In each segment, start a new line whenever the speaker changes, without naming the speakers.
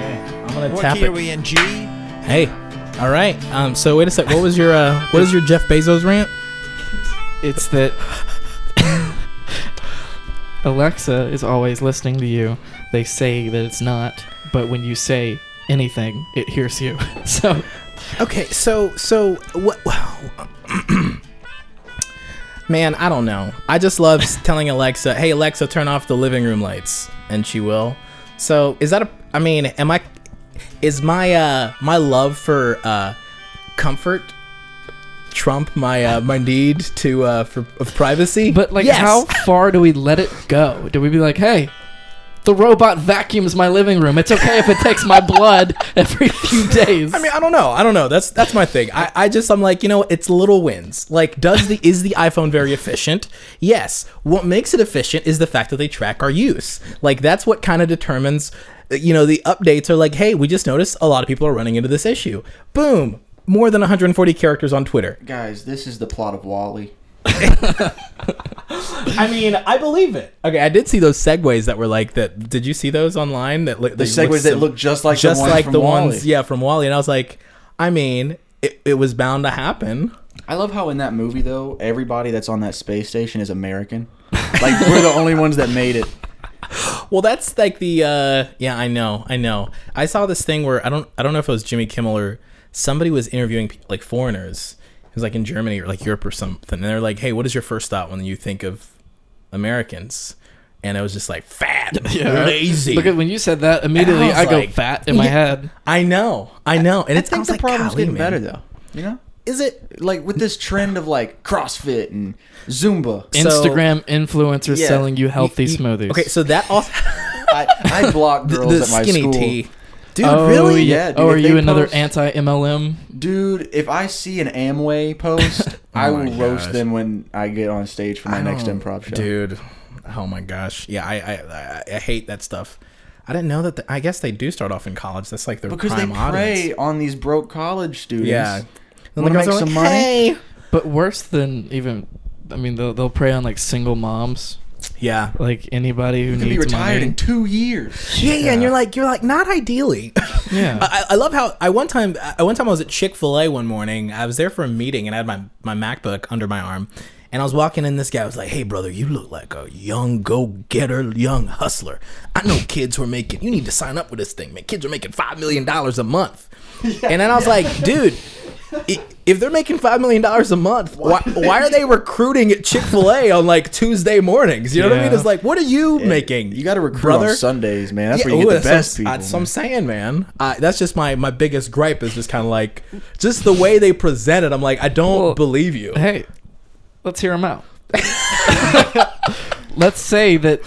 want to
What
tap
key
it.
are we in? G.
Hey, all right. Um, so wait a sec. What was your uh, what is your Jeff Bezos rant?
It's that Alexa is always listening to you. They say that it's not, but when you say anything, it hears you. So
Okay, so so what? Man, I don't know. I just love s- telling Alexa, "Hey Alexa, turn off the living room lights," and she will. So is that a? I mean, am I? Is my uh my love for uh comfort trump my uh my need to uh for of privacy?
But like,
Yes.
how far do we let it go? Do we be like, hey, the robot vacuums my living room. It's okay if it takes my blood every few days.
I mean, I don't know. I don't know. That's that's my thing. I, I just I'm like, you know, it's little wins. Like, does the is the iPhone very efficient? Yes. What makes it efficient is the fact that they track our use. Like that's what kind of determines you know, the updates are like, hey, we just noticed a lot of people are running into this issue. Boom. More than 140 characters on Twitter.
Guys, this is the plot of Wally.
I mean, I believe it. Okay, I did see those segues that were like that. Did you see those online? That look
The segues that look just like
just
the ones
like
from
the
Wall-E.
ones, yeah, from Wally. And I was like, I mean, it, it was bound to happen.
I love how in that movie though, everybody that's on that space station is American. Like we're the only ones that made it.
Well, that's like the uh, yeah, I know, I know. I saw this thing where I don't, I don't know if it was Jimmy Kimmel or somebody was interviewing pe- like foreigners. It was like in Germany or like Europe or something, and they're like, "Hey, what is your first thought when you think of Americans?" And it was just like fat, lazy.
Look at when you said that immediately.
And
I,
I was
go
like,
fat in my
yeah.
head.
I know, I know, and
I
it's I
think
was
the
like,
problem's
"Golly,
getting
man."
better though. You know?
Is it?
Like with this trend of like CrossFit and Zumba.
So-
Instagram influencers
Yeah.
selling you healthy
You-
smoothies.
Okay, so that also
I, I block girls
the
at my
skinny
school.
tea. Dude,
oh,
really?
Yeah,
Yeah, dude,
oh,
if
are
they
you another
post-
anti MLM?
Dude, if I see an Amway post, I will
my gosh.
roast them when Oh I get on stage for my
I
next
don't-
improv show.
Dude, oh my gosh, yeah, I I, I, I hate that stuff. I didn't know that. The, I guess they do start off in college. That's like their
Because they
prime
prey
audience.
on these broke college students.
Yeah. Then
Wanna
the guys
make
are
some money?
"Hey."
But worse than even, I mean, they'll, they'll prey on like single moms,
Yeah.
like anybody who
You can be
needs
retired
money.
in two years.
yeah, yeah, and you're like, you're like, not ideally.
Yeah.
I, I love how I one time, I one time I was at Chick Fil A one morning. I was there for a meeting, and I had my my MacBook under my arm, and I was walking in. This guy was like, "Hey, brother, you look like a young go getter, young hustler. I know kids who are making. You need to sign up with this thing, man. Kids are making five million dollars a month." and then I was like, "Dude." i- If they're making five million dollars a month, why, why are they recruiting at Chick Fil A on like Tuesday mornings? You know what I mean?
Yeah.
It's like, what are you making?
You got to recruit
brother?
on Sundays, man. That's
Yeah,
where you
ooh,
get the best
what I'm-
people.
That's what I'm saying, man. I, that's just my my biggest gripe is just kind of like just the way they present it. I'm like, I don't
Well,
believe you.
hey, let's hear him out. let's say that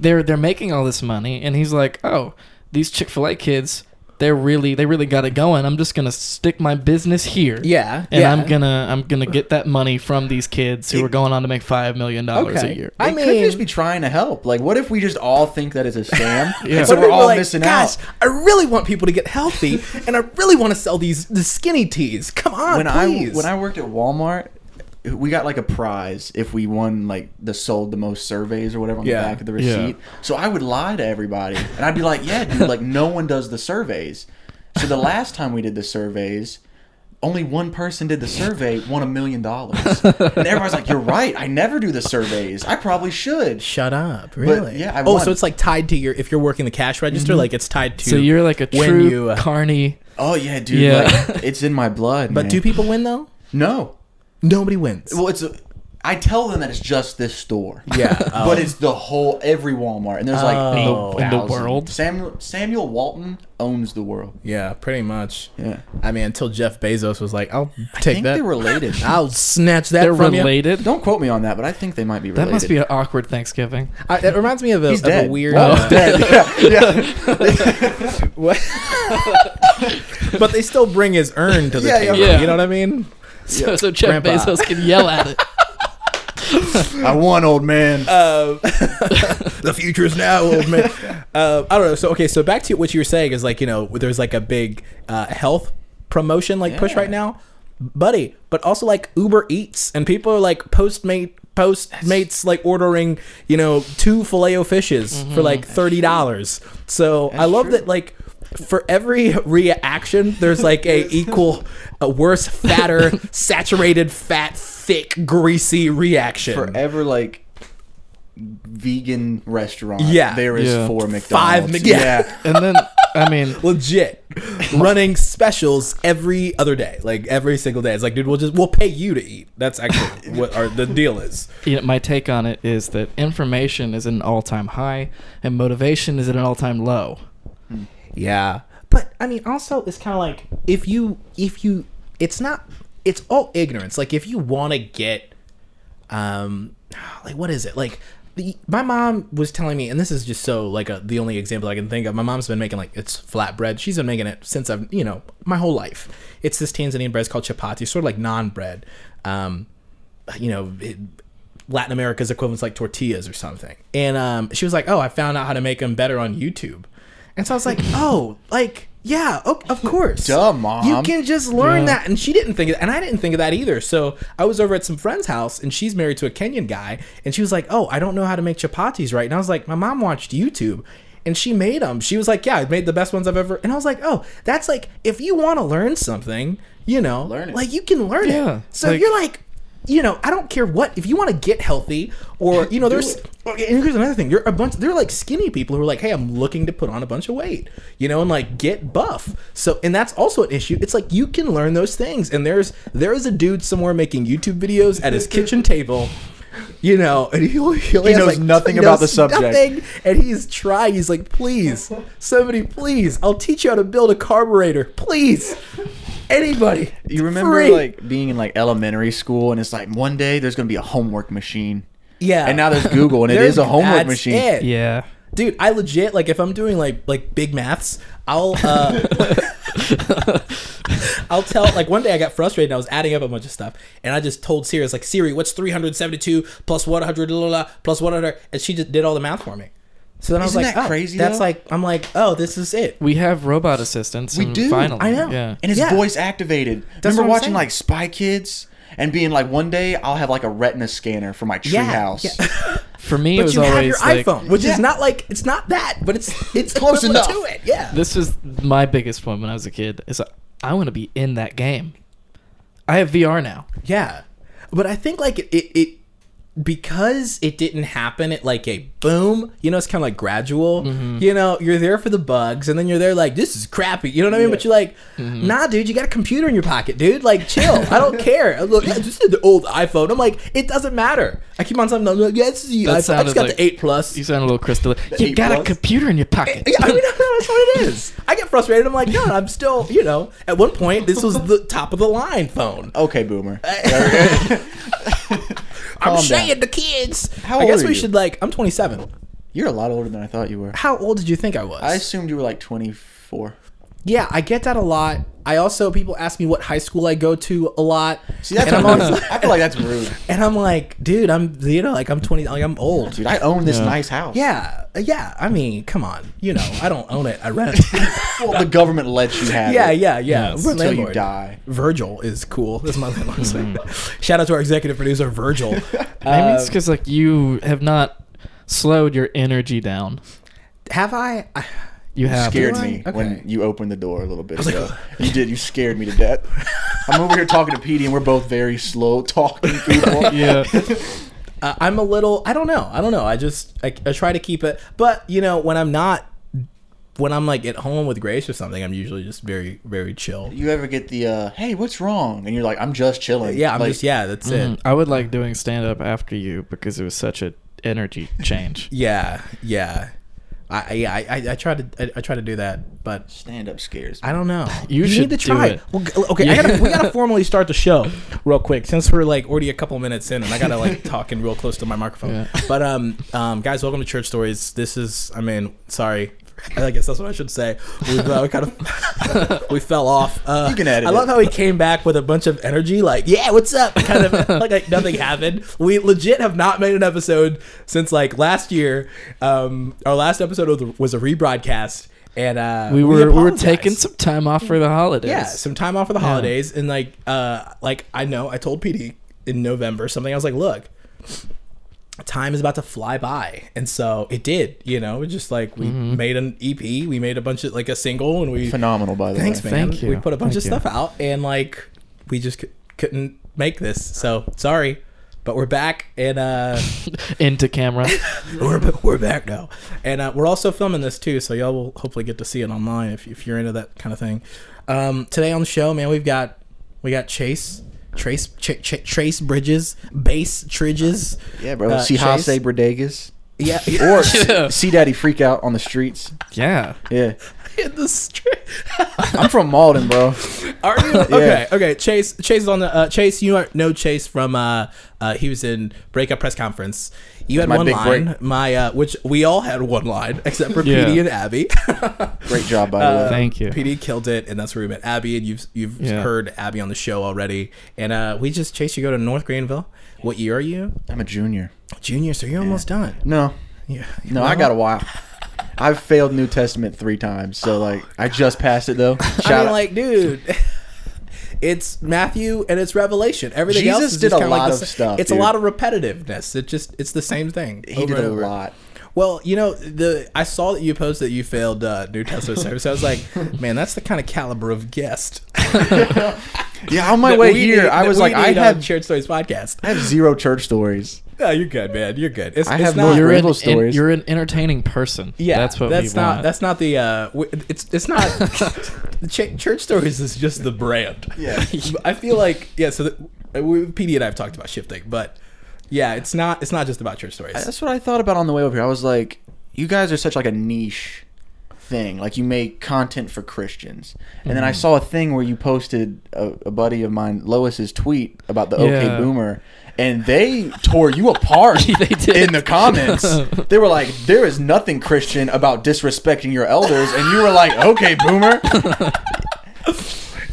they're they're making all this money, and he's like, oh, these Chick Fil A kids, they're really they really got it going. I'm just gonna stick my business here.
Yeah,
And
yeah.
I'm gonna I'm gonna get that money from these kids who are going on to make five million dollars a year.
I
I
mean,
could just be trying to help. Like, what if we just all think that it's a scam?
Yeah.
And so
But
we're
people are
all
like,
missing
Gosh,
out.
I really want people to get healthy, and I really want to sell these the skinny teas. Come on,
When
Oh, please.
I when I worked at Walmart, we got like a prize if we won like the sold the most surveys or whatever on
Yeah.
the back of the
Yeah.
receipt. So I would lie to everybody, and I'd be like, "Yeah, dude, like no one does the surveys." So the last time we did the surveys. Only one person did the survey, won a million dollars. And everybody's like, You're right. I never do the surveys. I probably should.
Shut up, really?
yeah, I
oh,
won.
so it's like tied to your if you're working the cash register, like it's tied to.
Mm-hmm. so you're like a
when
true
you, uh,
carny.
Oh, yeah, dude.
Yeah.
Like, it's in my blood.
but
man.
do people win though?
No.
Nobody wins.
Well, it's. A, I tell them that it's just this store.
Yeah, oh.
but it's the whole every Walmart, and there's like
Oh.
In the
8,000.
world?
Samuel Samuel Walton owns the world.
yeah, pretty much.
Yeah.
I mean, until Jeff Bezos was like, "I'll take
I think
that."
they're related.
I'll snatch that
They're
from you.
related.
Don't quote me on that, but I think they might be
that
related.
must be an awkward Thanksgiving.
I, it reminds me of a,
He's
of a
dead.
weird.
Walton's
uh,
dead. Yeah,
what? but they still bring his urn to the
Yeah, yeah,
table.
yeah.
You know what I mean?
So, so Jeff
Grandpa.
Bezos can yell at it.
yeah. I won, old man.
Uh, the future is now, old man. Uh, I don't know. So okay, so back to what you were saying is like you know there's like a big uh, health promotion like push
Yeah.
right now, buddy. But also like Uber Eats and people are like Postmate Postmates like ordering Mm-hmm. you know two filet o fishes for like thirty dollars. So I
That's
love
true.
that like for every reaction, there's like a equal, a worse, fatter, saturated, fat, thick, greasy reaction.
forever like vegan restaurant.
Yeah.
there is
Yeah.
four McDonald's.
Five Mc- yeah.
And then I mean,
Legit, running specials every other day, like every single day. It's like, dude, we'll just we'll pay you to eat. That's actually what our the deal is.
you know, my take on it is that information is at an all-time high and motivation is at an all-time low.
Yeah. But I mean also it's kind of like if you if you it's not it's all ignorance. Like if you want to get um like what is it? Like the, my mom was telling me and this is just so like a, the only example I can think of. My mom's been making like it's flatbread. She's been making it since I've, you know, my whole life. It's this Tanzanian bread it's called chapati, sort of like naan bread. Um you know, it, Latin America's equivalents like tortillas or something. And um, she was like, "Oh, I found out how to make them better on YouTube." And so I was like, "Oh, like yeah, o- of course,
Duh, Mom.
You can just learn
Yeah.
that." And she didn't think, of, and I didn't think of that either. So I was over at some friend's house, and she's married to a Kenyan guy, and she was like, "Oh, I don't know how to make chapatis right." And I was like, "My mom watched YouTube." And she made them. She was like, "Yeah, I made the best ones I've ever." And I was like, "Oh, that's like if you want to learn something, you know,
Learn it.
like you can learn
Yeah,
it." So
like-
you're like, you know, I don't care what if you want to get healthy or you know, there's okay, and here's another thing. You're a bunch. They're like skinny people who are like, hey, I'm looking to put on a bunch of weight, you know, and like get buff. So and that's also an issue. It's like you can learn those things. And there's there is a dude somewhere making YouTube videos at his kitchen table. You know, and he, he, only has,
knows nothing about the subject.
nothing, and he's trying. He's like, "Please, somebody, please! I'll teach you how to build a carburetor, please, anybody."
You remember
Free."
like being in like elementary school, and it's like one day there's gonna be a homework machine,
yeah.
and now there's Google, and it is a homework
That's
machine.
it.
Yeah.
Dude, I legit like if I'm doing like like big maths, I'll uh I'll tell like one day I got frustrated and I was adding up a bunch of stuff and I just told Siri, I was like, Siri, what's 372 plus 100 la, la, la, plus 100 and she just did all the math for me. So then I
Isn't
was like,
that
oh,
crazy,
that's
though?
like I'm like, oh, this is it.
We have robot assistants. We
do.
Finally.
I know.
Yeah.
And it's
Yeah.
voice activated.
what I'm
Remember watching
saying.
like Spy Kids and being like, one day I'll have like a retina scanner for my
Yeah,
treehouse.
yeah.
For me, it
But
was
you have your
always like,
iPhone, which
Yeah.
is not like it's not that, but it's it's
Close
close enough
enough.
to it. Yeah.
This was my biggest one when I was a kid. Is I want to be in that game. I have VR now.
Yeah, but I think like it, it, it because it didn't happen at like a boom. You know, it's kind of like gradual.
Mm-hmm.
You know, you're there for the bugs, and then you're there like this is crappy. You know what I mean? But you're like,
Mm-hmm.
nah, dude, you got a computer in your pocket, dude. Like, chill. I don't care. I'm like, yeah, this is the old iPhone. I'm like, it doesn't matter. I keep on something. I'm like, yeah, this is the
That
iPhone. I
sounded
just got
like-
the eight plus.
You sound a little crystal. You
eight
got a
plus?
computer in your pocket.
Yeah, I mean, that's what it is. I get frustrated. I'm like, no, I'm still, you know. At one point, this was the top of the line phone.
Okay, boomer.
I'm
Calm down.
saying the kids.
How
I
old
guess
are
we
you?
should like. I'm 27.
You're a lot older than I thought you were.
How old did you think I was?
I assumed you were like 24.
yeah, I get that a lot. I also people ask me what high school I go to a lot.
See, that's
and, I'm
what
always,
I feel like that's rude.
and I'm like, dude, I'm you know like I'm 20, like I'm old.
Dude, I own this nice house.
Yeah, uh, yeah. I mean, come on. You know, I don't own it. I rent. it.
Well, the government lets you have
yeah,
it
yeah, yeah.
Yes.
We're
until you
landlord.
die.
Virgil is cool. That's my landlord's name. Shout out to our executive producer Virgil.
Maybe
Um,
it's because like you have not slowed your energy down.
Have I? I
You have.
scared
Do I?
me
Okay.
when you opened the door a little bit ago. you did. You scared me to death. I'm over here talking to Petey, and we're both very slow talking people.
Yeah.
uh, I'm a little. I don't know. I don't know. I just I, I try to keep it, but you know when I'm not, when I'm like at home with Grace or something, I'm usually just very very chill.
You ever get the uh, "Hey, what's wrong?" and you're like, "I'm just chilling."
Yeah, I'm
Like,
just yeah. That's it.
Mm-hmm. I would like doing stand up after you because it was such a energy change.
Yeah, yeah. I I- yeah. I, I, I try to I, I try to do that, but
Stand up scares.
I don't know.
You should do it.
Well, g- okay, I gotta, we gotta formally start the show real quick since we're like already a couple minutes in, and I gotta like talking real close to my microphone.
Yeah.
But um, um, guys, welcome to Church Stories. This is, I mean, sorry. I guess that's what I should say. We uh, kind of we fell off. Uh,
You can edit
I love
it.
how he came back with a bunch of energy, like "Yeah, what's up?" kind of like, like nothing happened. We legit have not made an episode since like last year. Um, our last episode was a- was a rebroadcast, and uh,
We were we, were
apologize.
taking some time off for the holidays.
Yeah, some time off for the holidays, and like, uh, like I know I told PD in November something. I was like, look, time is about to fly by and so it did you know it's just like we made an ep we made a bunch of like a single and we
Phenomenal, by the
thanks
way.
man
Thank you.
we put a bunch of
Thank you.
stuff out and like we just c- couldn't make this so sorry but we're back and uh
into camera.
we're, ba- we're back now and uh, we're also filming this too so y'all will hopefully get to see it online if, if you're into that kind of thing um today on the show man we've got we got chase trace Ch- Ch- trace bridges base tridges
Yeah, bro.
Uh,
see
Chase?
Hase Bodegas.
yeah
Or
Yeah.
see Daddy Freak Out on the streets.
yeah.
Yeah.
in the street
I'm from Malden, bro.
Are you okay? Okay, Chase. Chase is on the uh, Chase. You are, know Chase from uh, uh, he was in breakup press conference. You had
My
one
big
line,
break.
my uh, which we all had one line except for
Yeah.
PD and Abby.
Great job, by the
Uh,
way.
Thank you.
PD killed it, and that's where we met Abby. And you've you've
Yeah.
heard Abby on the show already. And uh, we just Chase. You go to North Greenville. What year are you?
I'm a junior.
Junior. So you're almost done.
No,
Yeah.
no, I got a while. I've failed New Testament three times, so like I just passed it though. Shout
I mean,
out.
like, dude. It's Matthew and it's Revelation. Everything else
Jesus
is
did
just
a
kinda like
lot
the
of
sa-
stuff,
It's
dude.
a lot of repetitiveness. It just it's the same thing.
he
over
did a
and over.
lot.
Well, you know, the I saw that you posted that you failed uh, New Testament service. I was like, man, that's the kind of caliber of guest.
Yeah, on my
that
way
we
here,
need-
I
that
was
we
like, I
need on
have,
Church Stories podcast.
I have zero church stories.
No, you're good, man. You're good. It's,
I
it's
have
not,
no
You're an,
Riddle
en-
stories.
you're an entertaining person.
Yeah,
that's what
that's
we
not.
want.
That's not the. Uh, w- it's it's not. Ch- Church Stories is just the brand.
Yeah.
I feel like yeah. So the, we, PD and I have talked about shifting, but yeah, it's not. It's not just about Church Stories.
That's what I thought about on the way over here. I was like, you guys are such like a niche thing. Like you make content for Christians. And then I
Mm-hmm.
saw a thing where you posted a, a buddy of mine, Lois's tweet about the
Yeah.
OK Boomer, and they tore you apart
They did.
in the comments. they were like, there is nothing Christian about disrespecting your elders, and you were like, OK Boomer.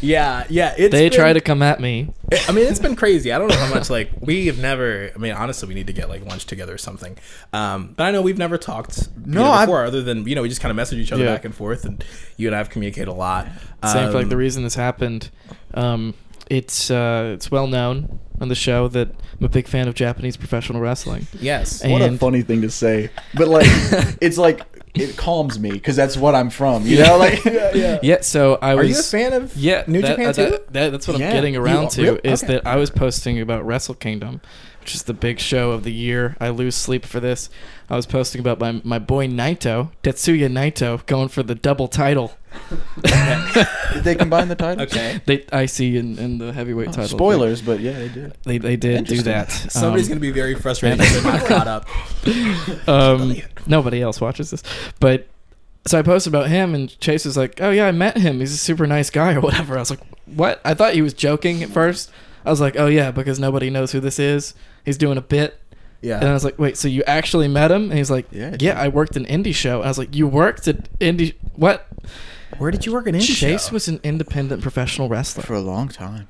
yeah, yeah. It's
they
been-
try to come at me.
I mean, it's been crazy. I don't know how much like we have never. I mean, honestly, we need to get like lunch together or something. Um, but I know we've never talked you
No,
know,
I've-
before, other than you know we just kind of message each other
Yeah.
back and forth, and you and I have communicated a lot.
Same for like
Um,
the reason this happened. Um, it's uh, it's well known on the show that I'm a big fan of Japanese professional wrestling.
Yes.
And-
What a funny thing to say. But like, it's like, it calms me because that's what I'm from. You know, like,
Yeah, so I
Are
was.
you a fan of
Yeah,
New
that-
Japan
uh,
too?
that- that- that's what
Yeah.
I'm getting
You
around
are-
to
really?
is
Okay.
that I was posting about Wrestle Kingdom, which is the big show of the year. I lose sleep for this. I was posting about my my boy Naito, Tetsuya Naito, going for the double title.
did they combine the titles?
okay.
They IC and, and the heavyweight
Oh,
title.
Spoilers, but yeah, they did.
They they did do
Interesting.
that.
Somebody's
Um,
gonna be very frustrated that they're not caught up.
um, nobody else watches this. But so I posted about him, and Chase was like, "Oh yeah, I met him. He's a super nice guy, or whatever." I was like, "What?" I thought he was joking at first. I was like, "Oh yeah," because nobody knows who this is. He's doing a bit. And I
Yeah.
was like, "Wait, so you actually met him?" And he's like,
Yeah,
"Yeah,
dude.
I worked an indie show." And I was like, "You worked at indie? What?"
Where did you work in indie
Chase
show?
was an independent professional wrestler.
for a long time.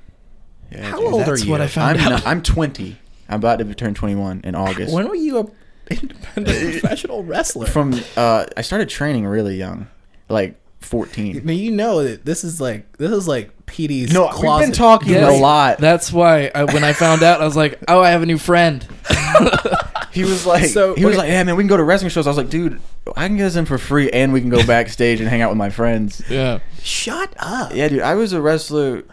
Yeah,
How
dude.
old are
That's
you?
what I
I'm
found
not,
out.
I'm 20. I'm about to turn 21 in August.
When were you a independent professional wrestler?
From uh, I started training really young, like 14.
now you know that this is like this is like PD's.
No, we've been
closet.
talking
Yes.
a lot.
That's why I, when I found out, I was like, "Oh, I have a new friend."
He was like,
So,
he was
okay.
like, yeah, man, we can go to wrestling shows. I was like, dude, I can get us in for free, and we can go backstage and hang out with my friends.
Yeah.
Shut up.
Yeah, dude, I was a wrestler.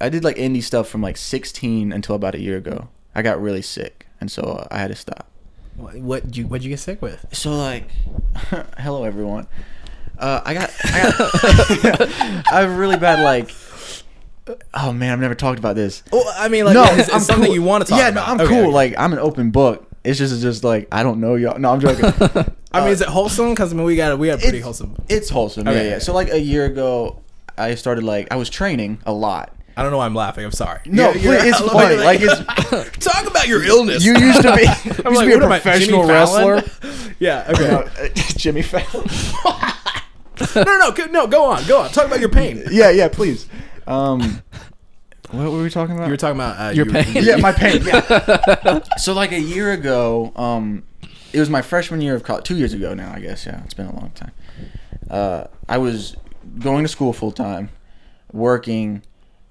I did like indie stuff from like 16 until about a year ago. I got really sick, and so uh, I had to stop.
What what you what you get sick with?
So like, hello everyone. Uh, I got, I got, I have really bad like. Oh man, I've never talked about this.
Well, I mean, Oh, like,
no,
it's, it's
I'm
something
cool.
you want to talk
yeah,
about.
no, I'm
Okay,
cool.
okay.
Like, I'm an open book. It's just, it's just like I don't know y'all. No, I'm joking.
I mean, is it wholesome? Because I mean, we got we got pretty wholesome.
uh, It's wholesome.
Okay.
Yeah, yeah. So like a year ago, I started like I was training a lot.
I don't know why I'm laughing. I'm sorry.
No,
You're- you're-
please, it's
I'm
funny. Like it's
talk about your illness.
you used to be, you used
I'm
to be a
what am I,
professional
Jimmy Fallon?
wrestler.
yeah. Okay.
No, uh, Jimmy Fallon.
no, no, no, go- no. Go on. Go on. Talk about your pain. You
yeah, yeah. Please. Um, what were we talking about?
were talking about uh,
Your
you-
pain.
yeah, my pain. Yeah. so like a year ago, um, it was my freshman year of college. Two years ago now, I guess. Yeah, it's been a long time. Uh, I was going to school full time, working,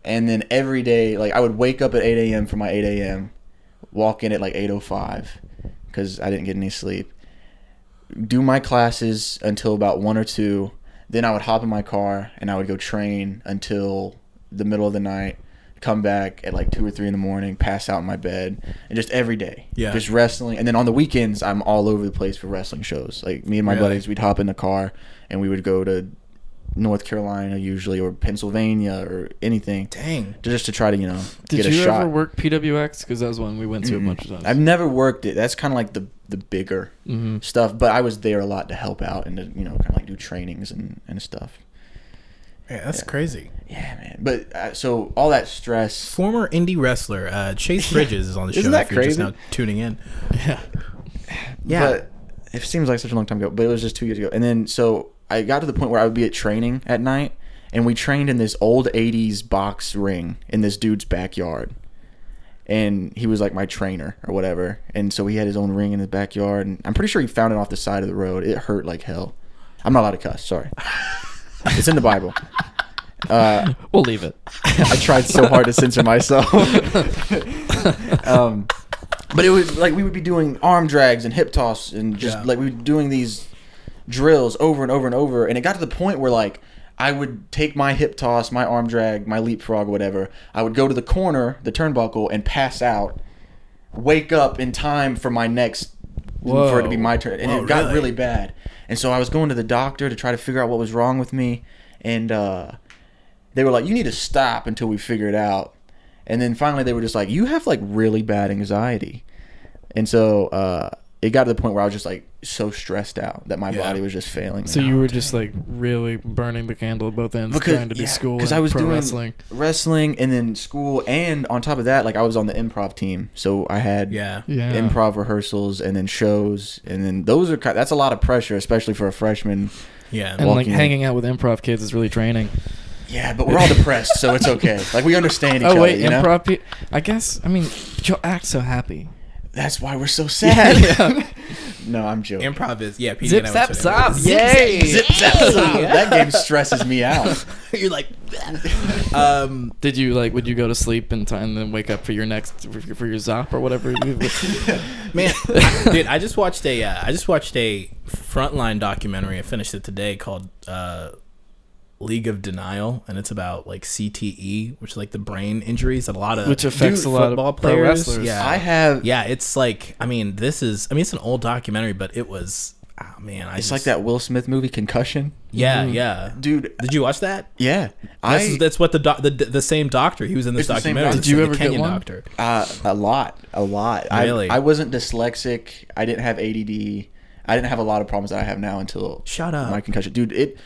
and then every day, like I would wake up at eight a.m. for my eight a.m. Walk in at like eight o oh five, because I didn't get any sleep. Do my classes until about one or two. Then I would hop in my car and I would go train until the middle of the night. Come back at like two or three in the morning, pass out in my bed, and just every day,
Yeah.
just wrestling. And then on the weekends, I'm all over the place for wrestling shows. Like me and my
Really?
buddies, we'd hop in the car and we would go to North Carolina usually, or Pennsylvania, or anything,
Dang.
to- just to try to you know
Did
get a
you
shot. Mm-hmm.
ever work PWX? Because that was one we went to a bunch of times.
I've never worked it. That's kind of like the the bigger
Mm-hmm.
stuff. But I was there a lot to help out and to you know kind of like do trainings and and stuff.
Yeah, that's crazy.
Yeah, man. But uh, so all that stress.
Former indie wrestler uh, Chase Bridges is on the show.
Isn't that
if you're just
crazy?
now tuning in.
yeah.
Yeah.
But it seems like such a long time ago. But it was just two years ago. And then so I got to the point where I would be at training at night, and we trained in this old '80s box ring in this dude's backyard. and he was like my trainer or whatever. And so he had his own ring in his backyard, and I'm pretty sure he found it off the side of the road. It hurt like hell. I'm not allowed to cuss. Sorry, it's in the Bible. Uh,
We'll leave it.
I tried so hard to censor myself. um, but it was like we would be doing arm drags and hip toss and just
Yeah.
like we were doing these drills over and over and over. And it got to the point where like I would take my hip toss, my arm drag, my leapfrog, whatever. I would go to the corner, the turnbuckle, and pass out. Wake up in time for my next. For it to be
Whoa.
my turn, and
Whoa,
it got
really?
really bad. And so I was going to the doctor to try to figure out what was wrong with me, and uh, they were like, "You need to stop until we figure it out." And then finally, they were just like, "You have like really bad anxiety," and so uh, it got to the point where I was just like so stressed out that my
Yeah.
body was just failing.
So
me.
you were just like really burning the candle at both ends, trying to be
yeah,
school
'cause
and pro wrestling.
wrestling and then school, and on top of that, like I was on the improv team, so I had
yeah.
Yeah.
improv rehearsals and then shows, and then those are ki- that's a lot of pressure, especially for a freshman.
Yeah.
and like
walking in.
hanging out with improv kids is really draining.
Yeah, but we're all depressed, so it's okay. Like we understand each
Oh
other.
wait,
you know?
improv. Pe- I guess. I mean, but you'll act so happy.
That's why we're so sad. no, I'm joking.
Improv is yeah. PD
Zip
and I
zap
would say
zap.
that.
Yay!
Zip, zap, zap. That game stresses me out.
You're like, um,
Did you like? Would you go to sleep in time and then wake up for your next for your- for your zop or whatever? you-
man, I- dude. I just watched a uh, I just watched a frontline documentary. I finished it today called uh, League of Denial, and it's about like CTE, which is like the brain injuries that a lot of
Which affects
dude,
a lot of
football
pro
players.
wrestlers.
Yeah,
I have.
yeah. It's like I mean, this is I mean, it's an old documentary, but it was oh man, I
It's
just,
like that Will Smith movie Concussion,
Yeah,
Mm-hmm.
yeah.
dude.
Did you watch that?
Yeah,
That's,
I
that's what the, doc, the the same doctor. He was in this
It's the same
documentary.
doctor.
It's
Did
you
the
ever get
Kenyan
one?
Doctor.
uh, a lot, a lot.
Really?
I I wasn't dyslexic. I didn't have ADD. I didn't have a lot of problems that I have now until
Shut up.
my concussion, dude. It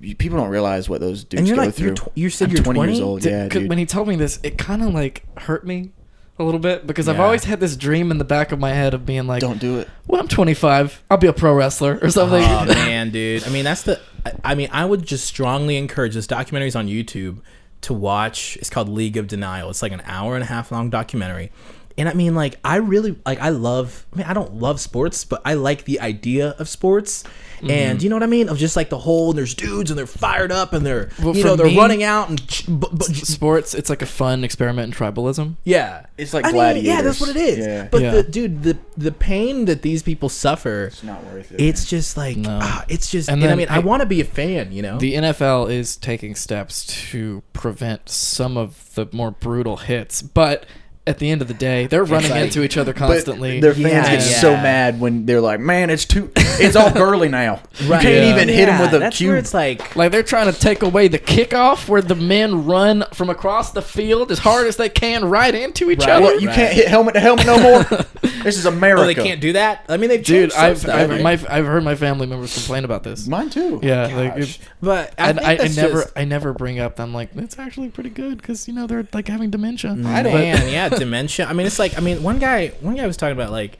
you- people don't realize what those dudes
And you're
go
like
through.
you're tw- you said
I'm
you're
20 years
20?
old.
Did-
yeah,
'cause
dude.
when he told me this, it kind of like hurt me a little bit because I've
Yeah.
always had this dream in the back of my head of being like,
don't do it. Ah,
when I'm 25, I'll be a pro wrestler or something.
Oh man, dude. I mean, that's the. I- I mean, I would just strongly encourage this documentary's on YouTube to watch. It's called League of Denial. It's like an hour and a half long documentary. And I mean, like, I really like. I love. I mean, I don't love sports, but I like the idea of sports. And you know what I mean? Of just like the whole. And there's dudes, and they're fired up, and they're
Well,
you
for
know they're
me-
running out and. ch- bu- bu-
Sports, it's like a fun experiment in tribalism.
yeah,
It's like
yeah, that's
gladiators.
what it is.
Yeah.
But
Yeah.
the dude, the the pain that these people suffer,
It's not worth it.
it's just like
No.
ah, it's just and,
And
i
then
mean i,
I-
want to be a fan you know
The NFL is taking steps to prevent some of the more brutal hits, but at the end of the day, they're running
like-
into each other
But
constantly.
their fans
Yeah.
get so
Yeah.
mad when they're like, "Man, it's too, it's all girly now. You
Right.
can't
Yeah.
even hit him with a
that's
cue."
where it's like
like they're trying to take away the kickoff where the men run from across the field as hard as they can right into each
Right.
other.
What, you
Right.
can't hit helmet to helmet no more. this is America.
oh they can't do that i mean they've
Dude,
changed some
I've,
stuff.
I've, my, I've heard my family members complain about this.
Mine too.
Yeah, like,
Gosh.
it-
but i,
and
think
I, I
that's
never
just,
I never bring up. I'm like, that's actually pretty good because you know they're like having dementia.
Mm.
I don't-
man yeah dementia i mean it's like i mean one guy one guy was talking about like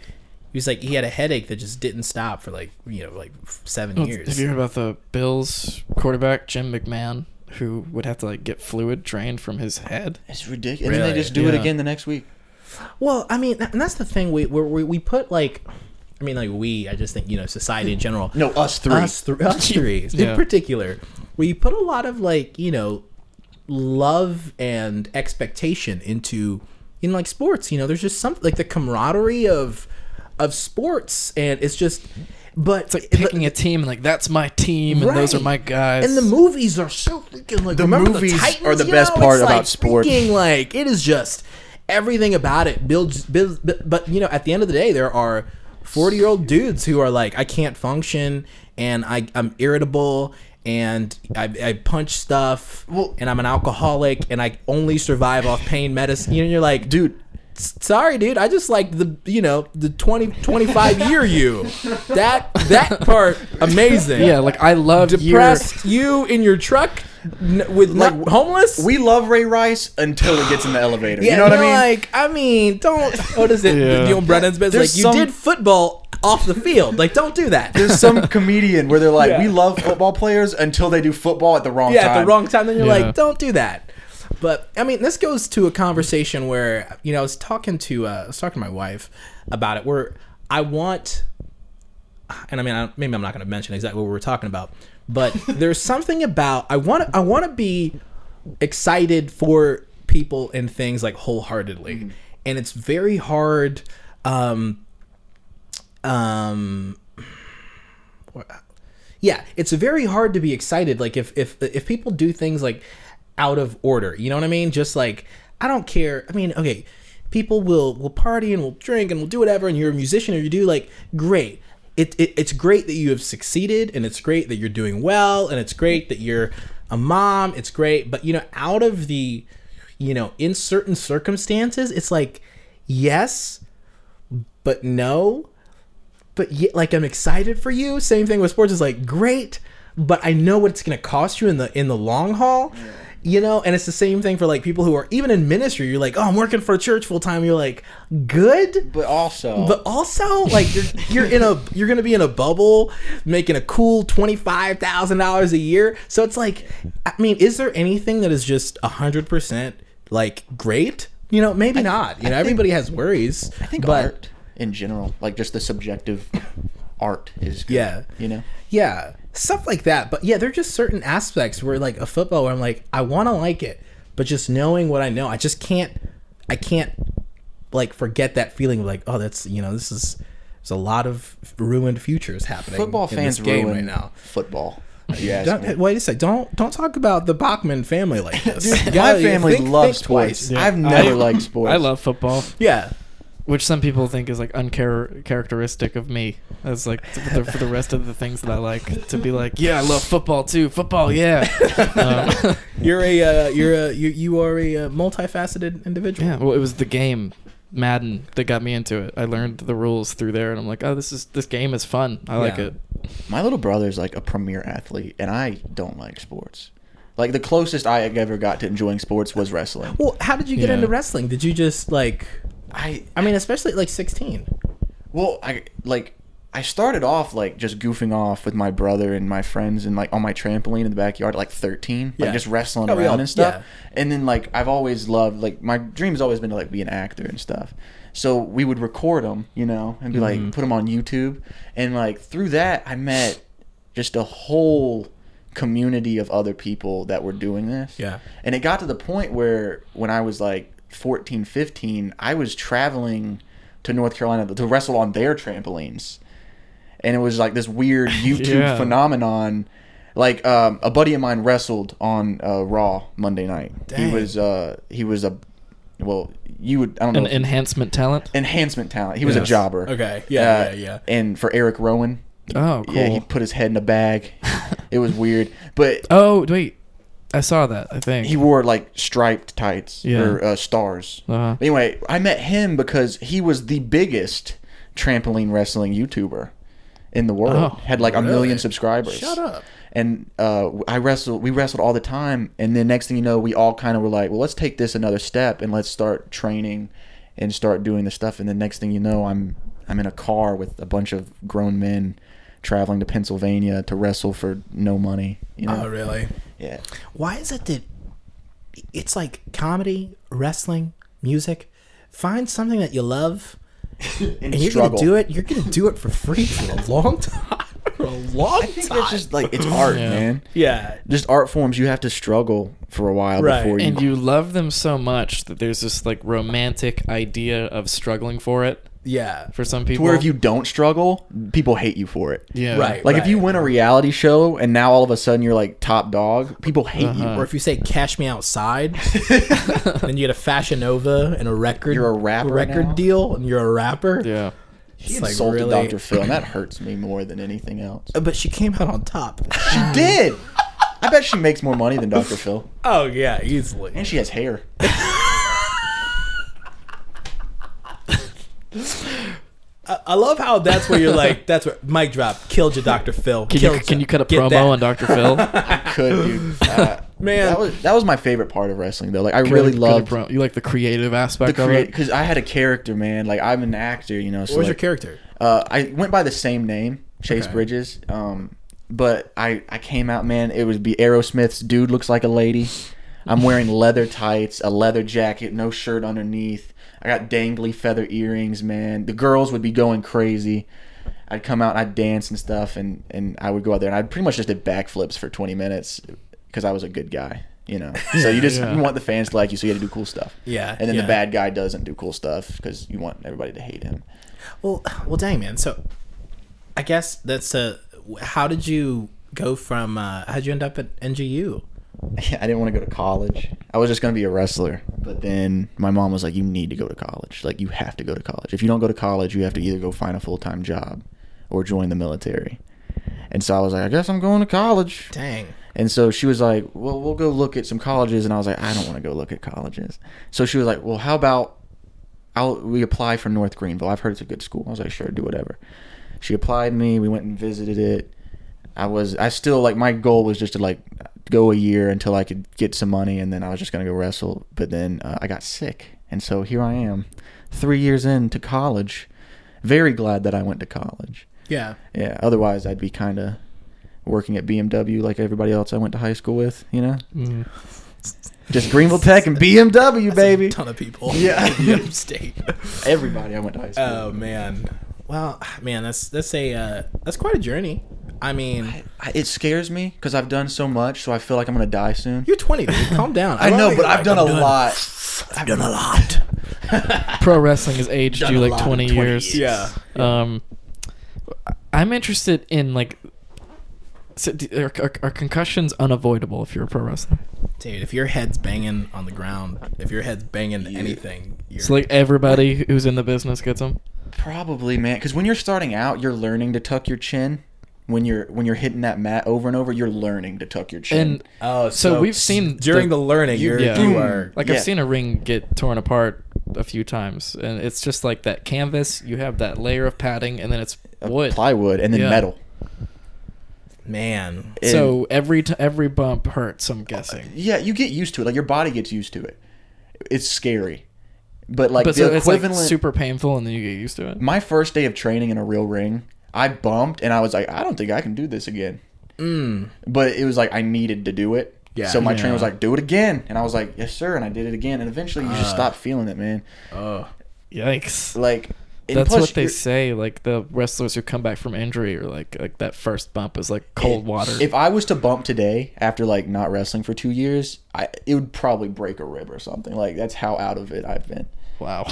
he was like he had a headache that just didn't stop for like you know like seven
Well,
years
Have you heard about the Bills quarterback Jim McMahon who would have to like get fluid drained from his head?
Eh,
it's ridiculous. And then
Really?
they just do it
Yeah.
again the next week.
Well, I mean, tha- and that's the thing. We we we we put like, I mean, like we. I just think you know society in general.
No, us three.
us, th- us three in
Yeah.
particular. We put a lot of like you know, love and expectation into in like sports. You know, there's just some like the camaraderie of. of sports, and it's just. But
It's like picking a team and like that's my team and those are my
Right.
guys.
And the movies are so freaking like the remember
movies
the
are
Titans,
the
yo?
best
It's
part
like
about sports.
Freaking, like it is just everything about it builds, builds. But, but you know, at the end of the day, there are forty-year-old dudes who are like, I can't function, and I I'm irritable. And I, I punch stuff,
Well-
and I'm an alcoholic, and I only survive off pain medicine. You know, you're like, dude,
dude.
s- sorry, dude. I just like the you know the 20, 25 year you. That that part amazing
yeah, like I love
depressed you in your truck n- with like
Like,
homeless.
We love Ray Rice until it gets in the elevator.
Yeah,
you know what I
no,
mean?
Like I mean, don't. What is it?
Yeah.
The Neil Brennan's best.
There's
Like you
some-
did football off the field. Like don't do that.
There's some comedian where they're like,
Yeah.
"We love football players" until they do football at the wrong
yeah,
time.
at the wrong time. Then you're
Yeah.
like, don't do that. But I mean, this goes to a conversation where you know I was talking to uh, I was talking to my wife about it. Where I want, and I mean, I, maybe I'm not going to mention exactly what we were talking about, but there's something about I want I want to be excited for people and things like wholeheartedly,
Mm-hmm.
and it's very hard. Um, um, yeah it's very hard to be excited like if if if people do things like out of order you know what i mean just like i don't care i mean okay people will will party and will drink and will do whatever and you're a musician or you do like great it, it it's great that you have succeeded and it's great that you're doing well and it's great that you're a mom it's great but you know out of the you know in certain circumstances it's like yes but no but yet, like I'm excited for you. Same thing with sports is like great, but I know what it's gonna cost you in the in the long haul. You know, and it's the same thing for like people who are even in ministry. You're like, oh, I'm working for a church full time. You're like, good,
But also,
but also like you're you're in a you're gonna be in a bubble making a cool twenty five thousand dollars a year. So it's like, I mean, is there anything that is just hundred percent like great? You know, maybe not. You know, everybody has worries.
I think
but
art in general, like just the subjective art, is good.
Yeah.
You know,
Yeah, stuff like that. But yeah, there are just certain aspects where like a football where I'm like, I want to like it, but just knowing what I know, I just can't, I can't like forget that feeling of like, oh, that's you know, this is there's a lot of ruined futures happening.
football
in
fans
this game
ruin
right now.
Football. if you ask me.
Don't, wait a sec. Don't don't talk about the Bachman family like this. You
My
gotta
family
think-
loves
think
sports.
twice.
you. Yeah,
I've never
I-
liked sports.
I love football,
Yeah.
which some people think is like uncharacteristic of me. As like t- for the, for the rest of the things that I like to be like, yeah, I love football too. Football, yeah, um,
You're a uh, you're a you, you are a uh, multifaceted individual.
yeah. Well, it was the game Madden that got me into it. I learned the rules through there, and I'm like, oh, this is this game is fun. I like
Yeah.
it.
My little brother's like a premier athlete, and I don't like sports. Like the closest I ever got to enjoying sports was wrestling.
Well, how did you get
Yeah.
into wrestling? Did you just like
I
I mean, especially at, like 16.
Well, I like I started off like just goofing off with my brother and my friends and like on my trampoline in the backyard at like 13,
Yeah.
like just wrestling
Oh, we
around
all-
and stuff.
yeah.
And then like I've always loved like my dream has always been to like be an actor and stuff. So we would record them, you know, and be like put them on YouTube and like through that I met just a whole community of other people that were doing this.
Yeah.
And it got to the point where when I was like 14, 15, I was traveling to North Carolina to wrestle on their trampolines. And it was like this weird YouTube
Yeah.
phenomenon. Like um, a buddy of mine wrestled on uh, Raw Monday night.
Dang.
He was uh, he was a well, you would I don't know
An
if-
enhancement talent.
enhancement talent. He was a
Yes.
jobber.
Okay. Yeah,
Uh,
yeah, yeah.
And for Eric Rowan,
Oh, cool.
yeah, he put his head in a bag. it was weird, but
Oh wait, I saw that. I think
he wore like striped tights
Yeah.
or uh, stars.
Uh-huh.
Anyway, I met him because he was the biggest trampoline wrestling YouTuber in the world.
Oh,
Had like a
really?
million subscribers.
Shut up.
And uh, I wrestled. We wrestled all the time. And then next thing you know, we all kind of were like, "Well, let's take this another step and let's start training and start doing the stuff." And then next thing you know, I'm I'm in a car with a bunch of grown men traveling to Pennsylvania to wrestle for no money. You know?
Oh, really?
Yeah.
Why is it that it's like comedy, wrestling, music? Find something that you love, and you're
struggle.
gonna do it. You're gonna do it for free for a long time. for a long
I think
time.
it's just like it's art,
Yeah.
man.
yeah.
Just art forms. You have to struggle for a while
Right.
before you.
and you love them so much that there's this like romantic idea of struggling for it
yeah.
for some people.
Where if you don't struggle, people hate you for it.
yeah,
Right.
Like if you win a reality show and now all of a sudden you're like top dog, people hate you.
Or
Uh-huh.
if you say "Cash Me Outside," then you get a Fashion Nova and a record.
You're a rapper
record
now?
deal, and you're a rapper.
yeah,
He
It's like
insulted
really- Uh,
Dr. Phil, and that hurts me more than anything else.
But she came out on top.
She did. I bet she makes more money than Dr. Phil,
oh yeah, easily.
and she has hair.
I love how that's where you're like, that's where mic drop killed your Dr. Phil.
Can you, can you cut a promo on Dr. Phil?
Could dude, uh,
Man.
That was that was my favorite part of wrestling though. Like I
Cut a-
really
cut a
loved
promo. you like the creative
the
aspect of
create
it.
because I had a character, man. Like I'm an actor, you know. So
What was your
like,
character?
uh, I went by the same name, Chase
Okay.
Bridges. Um, but I, I came out, man. It would be Aerosmith's "Dude Looks Like a Lady." I'm wearing leather tights, a leather jacket, no shirt underneath. I got dangly feather earrings, man. The girls would be going crazy. I'd come out, and I'd dance and stuff, and and I would go out there, and I pretty much just did backflips for 20 minutes because I was a good guy, you know. So you just
Yeah.
you want the fans to like you, so you had to do cool stuff.
Yeah,
And then
yeah.
the bad guy doesn't do cool stuff because you want everybody to hate him.
Well, well, dang man. So, I guess that's uh How did you go from? Uh, how'd you end up at NGU?
I didn't want to go to college. I was just going to be a wrestler. But then my mom was like, "You need to go to college. Like you have to go to college. If you don't go to college, you have to either go find a full-time job or join the military." And so I was like, "I guess I'm going to college."
Dang.
And so she was like, "Well, we'll go look at some colleges." And I was like, "I don't want to go look at colleges." So she was like, "Well, how about I'll we apply for North Greenville? I've heard it's a good school." I was like, "Sure, do whatever." She applied me. We went and visited it. I was I still like my goal was just to like go a year until I could get some money, and then I was just gonna go wrestle. But then uh, I got sick, and so here I am, three years into college. Very glad that I went to college.
Yeah.
Yeah. Otherwise, I'd be kind of working at BMW like everybody else I went to high school with. You know,
Mm.
just Greenville Tech and BMW,
A
baby.
ton of people.
Yeah.
in upstate.
Everybody I went to high school.
Oh
with.
man. Well, man, that's that's a uh, that's quite a journey. I mean,
I, it scares me because I've done so much, so I feel like I'm gonna die soon.
you're 20, dude. Calm down.
I know,
don't
but
think,
I've
like,
done
I'm
a lot.
I've done a lot.
Pro wrestling has aged
Done
you
a
like
lot in
20,
20
years.
years.
Um, I'm interested in like, so do- are, are, are concussions unavoidable if you're a pro wrestler?
Dude, if your head's banging on the ground, if your head's banging anything, you're
So like everybody who's in the business gets them.
Probably, man. Because when you're starting out, you're learning to tuck your chin. When you're when you're hitting that mat over and over, you're learning to tuck your chin.
And
Oh,
so, we've seen
during the, learning, you're,
yeah.
you
Mm.
are
Like
Yeah.
I've seen a ring get torn apart a few times, and it's just like that canvas. You have that layer of padding, and then it's wood.
plywood and then
Yeah.
metal.
man.
And-
so every t- every bump hurts. I'm guessing.
yeah, you get used to it. Like your body gets used to it. It's scary, but like
But
the
so it's like
equivalent.
super painful, and then you get used to it.
my first day of training in a real ring, I bumped and I was like, I don't think I can do this again. But it was like I needed to do it.
Yeah.
so my trainer was
Mm. Yeah.
like, "Do it again," and I was like, "Yes, sir." And I did it again, and eventually you just
Ah.
stop feeling it, man.
Oh,
Yikes!
Like and
That's
plus
what they
you're-
say. Like the wrestlers who come back from injury, or like like that first bump is like cold water.
If I was to bump today after like not wrestling for two years, I it would probably break a rib or something. Like that's how out of it I've been.
wow.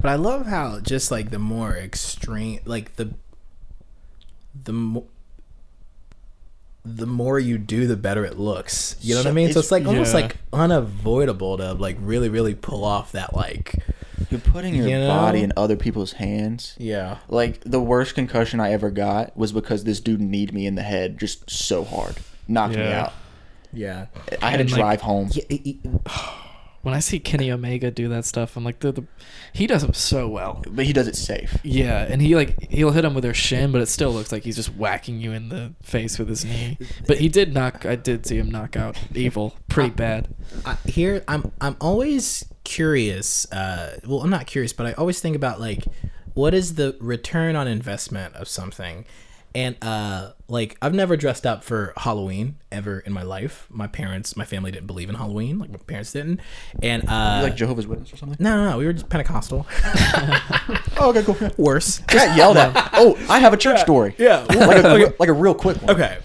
but I love how just like the more extreme, like the the mo- the more you do, the better it looks. You know what I
So
mean? So
it's-
it's like almost
yeah.
like unavoidable to like really, really pull off that like
You're putting your
You know?
body in other people's hands.
yeah.
Like the worst concussion I ever got was because this dude kneed me in the head just so hard, knocked me
Yeah.
out.
Yeah.
I had
And,
to
like,
drive home.
When I see Kenny Omega do that stuff, I'm like, the, the he does them so well.
But he does it safe.
Yeah, and he like he'll hit him with their shin, but it still looks like he's just whacking you in the face with his knee. But he did knock. I did see him knock out Evil pretty bad.
I, here I'm I'm always curious. Uh, well, I'm not curious, but I always think about like what is the return on investment of something. And uh, like I've never dressed up for Halloween ever in my life. My parents, my family didn't believe in Halloween. Like my parents didn't. And uh,
Like Jehovah's Witness or something.
no, no, no, we were just Pentecostal.
Oh, okay, cool. Yeah.
Worse.
Got yelled at. Oh, I have a church story.
yeah.
Like a, like a real quick one.
Okay.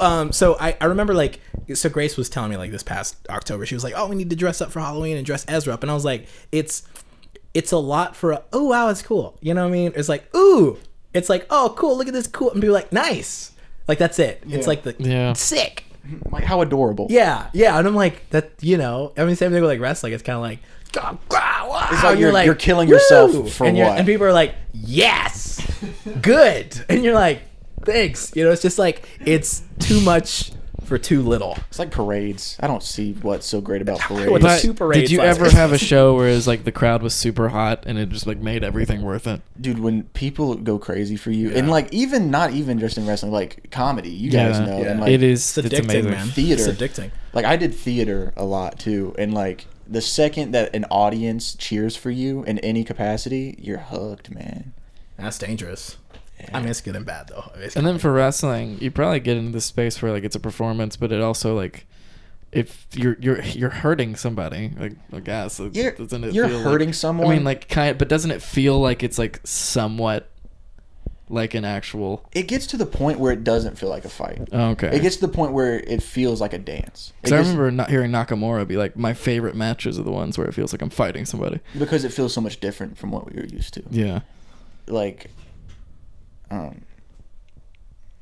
Um, so I, I remember like so Grace was telling me like this past October she was like oh we need to dress up for Halloween and dress Ezra up and I was like it's it's a lot for a, oh, wow, it's cool. You know what I mean? It's like, ooh. It's like, oh, cool. Look at this cool. And people are like, nice. Like, that's it. It's like the
Yeah.
sick.
Like how adorable.
Yeah, yeah, and I'm like that. You know, I mean, same thing with like wrestling. It's kind of like, "Gah, gah, wow,"
It's like
and
you're- you're killing yourself
"Woo!"
for
and you're-
what?
And people are like, yes, good, and you're like, thanks. You know, it's just like it's too much for too little.
It's like parades. I don't see what's so great about
What
parades.
the
But
Super
did
raids
you
last
ever
week.
have a show where it was like the crowd was super hot and it just like made everything worth it?
Dude, when people go crazy for you, and like even not even just in wrestling, like comedy, you guys know. And like,
it is.
It's
It's,
addicting,
amazing.
man.
Theater.
It's addicting.
like I did theater a lot too, and like the second that an audience cheers for you in any capacity, you're hooked, man.
That's dangerous. I mean, it's good and bad though. It's-
And then for wrestling, you probably get into this space where like it's a performance, but it also like if you're you're you're hurting somebody, like I guess it-
You're-
doesn't it
you're
feel like-
hurting
I
someone.
mean, like kind, but doesn't it feel like it's like somewhat like an actual?
It gets to the point where it doesn't feel like a fight.
Oh, okay.
It gets to the point where it feels like a dance. It
Because I
gets-
remember not hearing Nakamura be like, my favorite matches are the ones where it feels like I'm fighting somebody.
because it feels so much different from what we were used to.
Yeah.
Like, um,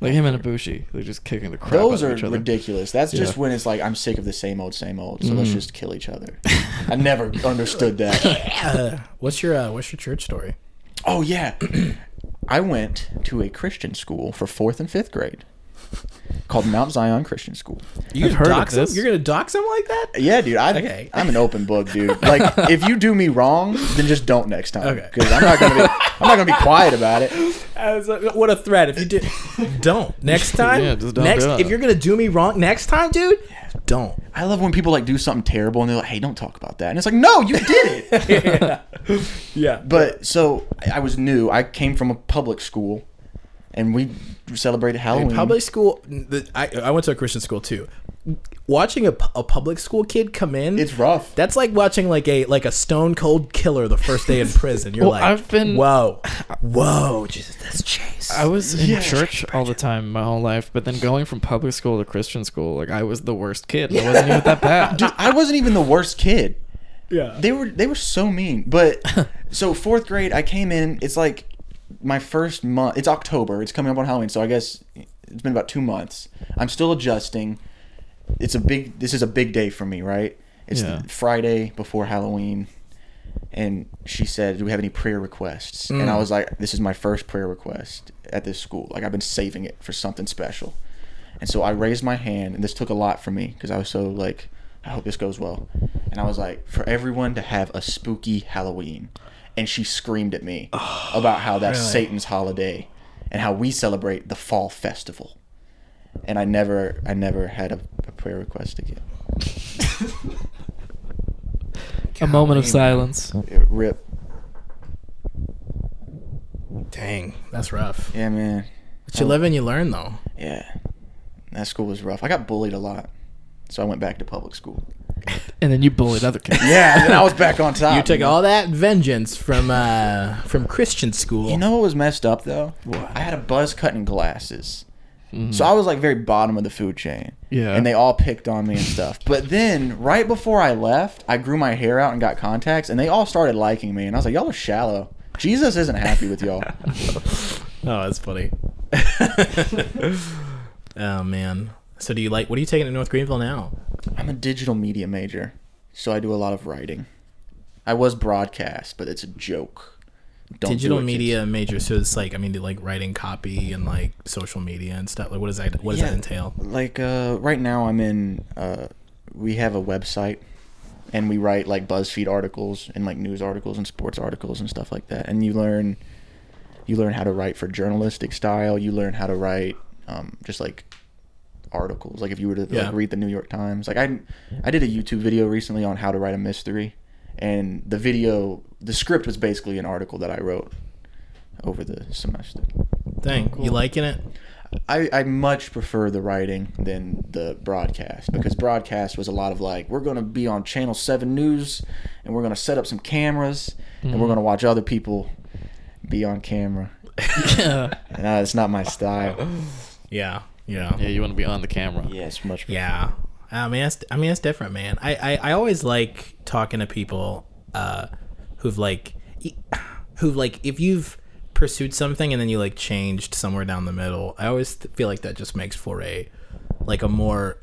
Like him and Ibushi, they're just kicking the crap
those
out
are
of each other.
ridiculous. That's just
Yeah. Mm-hmm.
when it's like I'm sick of the same old, same old. So let's just kill each other. I never understood that.
Yeah. What's your uh, what's your church story?
Oh yeah, I went to a Christian school for fourth and fifth grade called Mount Zion Christian School.
You
I've
gonna
heard of
dox him?
this.
You're gonna dox him like that?
Yeah, dude. I,
Okay.
I'm an open book, dude. Like, if you do me wrong, then just don't next time.
Okay.
Because I'm not gonna be, I'm not gonna be quiet about it.
As a- what a threat! If you do, don't next time.
Yeah, just don't
next,
do it.
if you're gonna do me wrong next time, dude, don't.
I love when people like do something terrible and they're like, "Hey, don't talk about that," and it's like, "No, you did it."
Yeah,
But so I- I was new. I came from a public school, and we celebrated Halloween.
public school. The, I, I went to a Christian school too. Watching a, pu- a public school kid come in,
It's rough.
That's like watching like a like a stone cold killer the first day in prison. You're
Well,
like,
I've been-
whoa, whoa, Jesus, that's Chase.
I was in church all the time my whole life, but then going from public school to Christian school, like I was the worst kid. I wasn't even that bad.
Dude, I wasn't even the worst kid.
yeah,
They were they were so mean. But so fourth grade, I came in. It's like my first month. It's October. It's coming up on Halloween. So I guess it's been about two months. I'm still adjusting. It's a big. This is a big day for me, right? It's
Yeah.
the Friday before Halloween, and she said, "Do we have any prayer requests?" And I was like, "This is my first prayer request at this school. Like I've been saving it for something special." And so I raised my hand, and this took a lot for me because I was so like, I hope this goes well. And I was like, for everyone to have a spooky Halloween. And she screamed at me about how that's Satan's holiday and how we celebrate the fall festival. And I never, I never had a, a prayer request again.
a moment of silence.
It rip.
dang, that's
Oh.
rough.
Yeah, man.
But you live and you learn though.
Yeah. That school was rough. I got bullied a lot. So I went back to public school.
And then you bullied other kids.
Yeah, and then I was back on top.
You took
man.
all that vengeance from uh from Christian school.
You know what was messed up though? I had a buzz cut and glasses.
Mm-hmm.
So I was like very bottom of the food chain.
Yeah.
And they all picked on me and stuff. But then right before I left, I grew my hair out and got contacts and they all started liking me and I was like, Y'all are shallow. Jesus isn't happy with y'all.
Oh, that's funny. oh man. So do you like what are you taking to North Greenville now?
I'm a digital media major, so I do a lot of writing. I was broadcast, but it's a joke. Don't do
Digital
it, kids.
media major, so it's like I mean like writing copy and like social media and stuff. Like what does that what does that
Yeah.
entail?
like uh, right now i'm in uh, we have a website and we write like buzzfeed articles and like news articles and sports articles and stuff like that and you learn you learn how to write for journalistic style you learn how to write um, just like articles like if you were to
Yeah.
like, read the new york times like i i did a youtube video recently on how to write a mystery and the video the script was basically an article that i wrote over the semester
Dang, you liking it?
I, I much prefer the writing than the broadcast because broadcast was a lot of like we're going to be on channel 7 news and we're going to set up some cameras and we're
Mm-hmm.
going to watch other people be on camera
yeah.
and uh, it's not my style
Yeah, yeah,
Yeah, you want to be on the camera.
yeah it's much
yeah. I mean, that's, I mean, that's different, man. I, I, I always like talking to people uh, who've like who like if you've pursued something and then you like changed somewhere down the middle. I always th- feel like that just makes for a like a more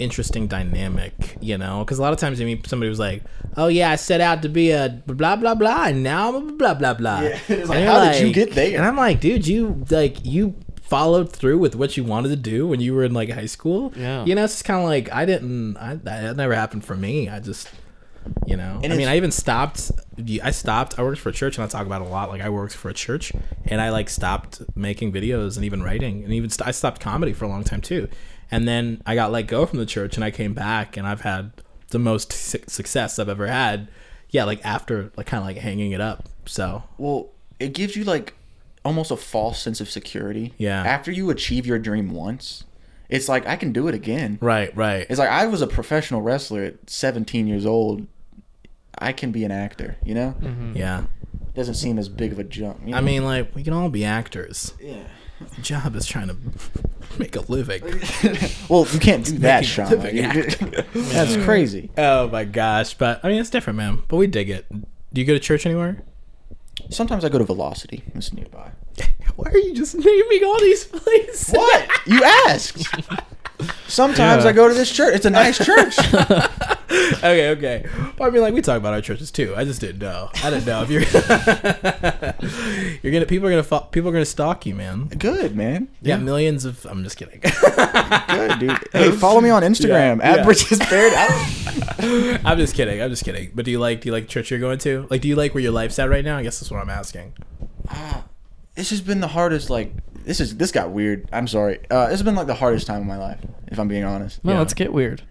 interesting dynamic, you know? Because a lot of times you meet somebody who's like, "Oh yeah, I set out to be a blah blah blah, and now I'm a blah blah blah."
Yeah, it's like,
And you're
how did you get there?
And I'm like, dude, you like you followed through with what you wanted to do when you were in like high school.
Yeah.
you know, it's kind of like I didn't. I that never happened for me. I just. You know,
And
I mean,
it's-
I even stopped. I stopped. I worked for a church, and I talk about it a lot. Like I worked for a church, and I like stopped making videos and even writing, and even st- I stopped comedy for a long time too. And then I got let go from the church, and I came back, and I've had the most su- success I've ever had. Yeah, like after like kind of like hanging it up. So
Well, it gives you like almost a false sense of security.
Yeah.
After you achieve your dream once, it's like I can do it again.
right, right.
It's like I was a professional wrestler at 17 years old. I can be an actor, you know?
Mm-hmm. Yeah,
Doesn't seem as big of a jump. You know?
I mean, like we can all be actors.
yeah.
The job is trying to make a living.
Well, you can't do that, Sean.
a living actor.
That's crazy.
Oh my gosh, but I mean, it's different, man. But we dig it. Do you go to church anywhere?
Sometimes I go to Velocity. It's nearby.
Why are you just naming all these places?
What? You asked. Sometimes
Yeah.
I go to this church. It's a nice church.
okay, okay. But I mean, like we talk about our churches too. I just didn't know. I didn't know if you're you're gonna people are gonna fo- people are gonna stalk you, man.
Good, man.
Yeah, millions of. I'm just kidding.
Good, dude. Hey, follow me on Instagram
Yeah,
at
yeah.
Bridges Baird. I don't-
I'm just kidding. I'm just kidding. But do you like do you like the church you're going to? Like, do you like where your life's at right now? I guess that's what I'm asking.
This has been the hardest. Like this is this got weird. I'm sorry. Uh, this has been like the hardest time of my life, if I'm being honest.
No,
Yeah.
let's get weird.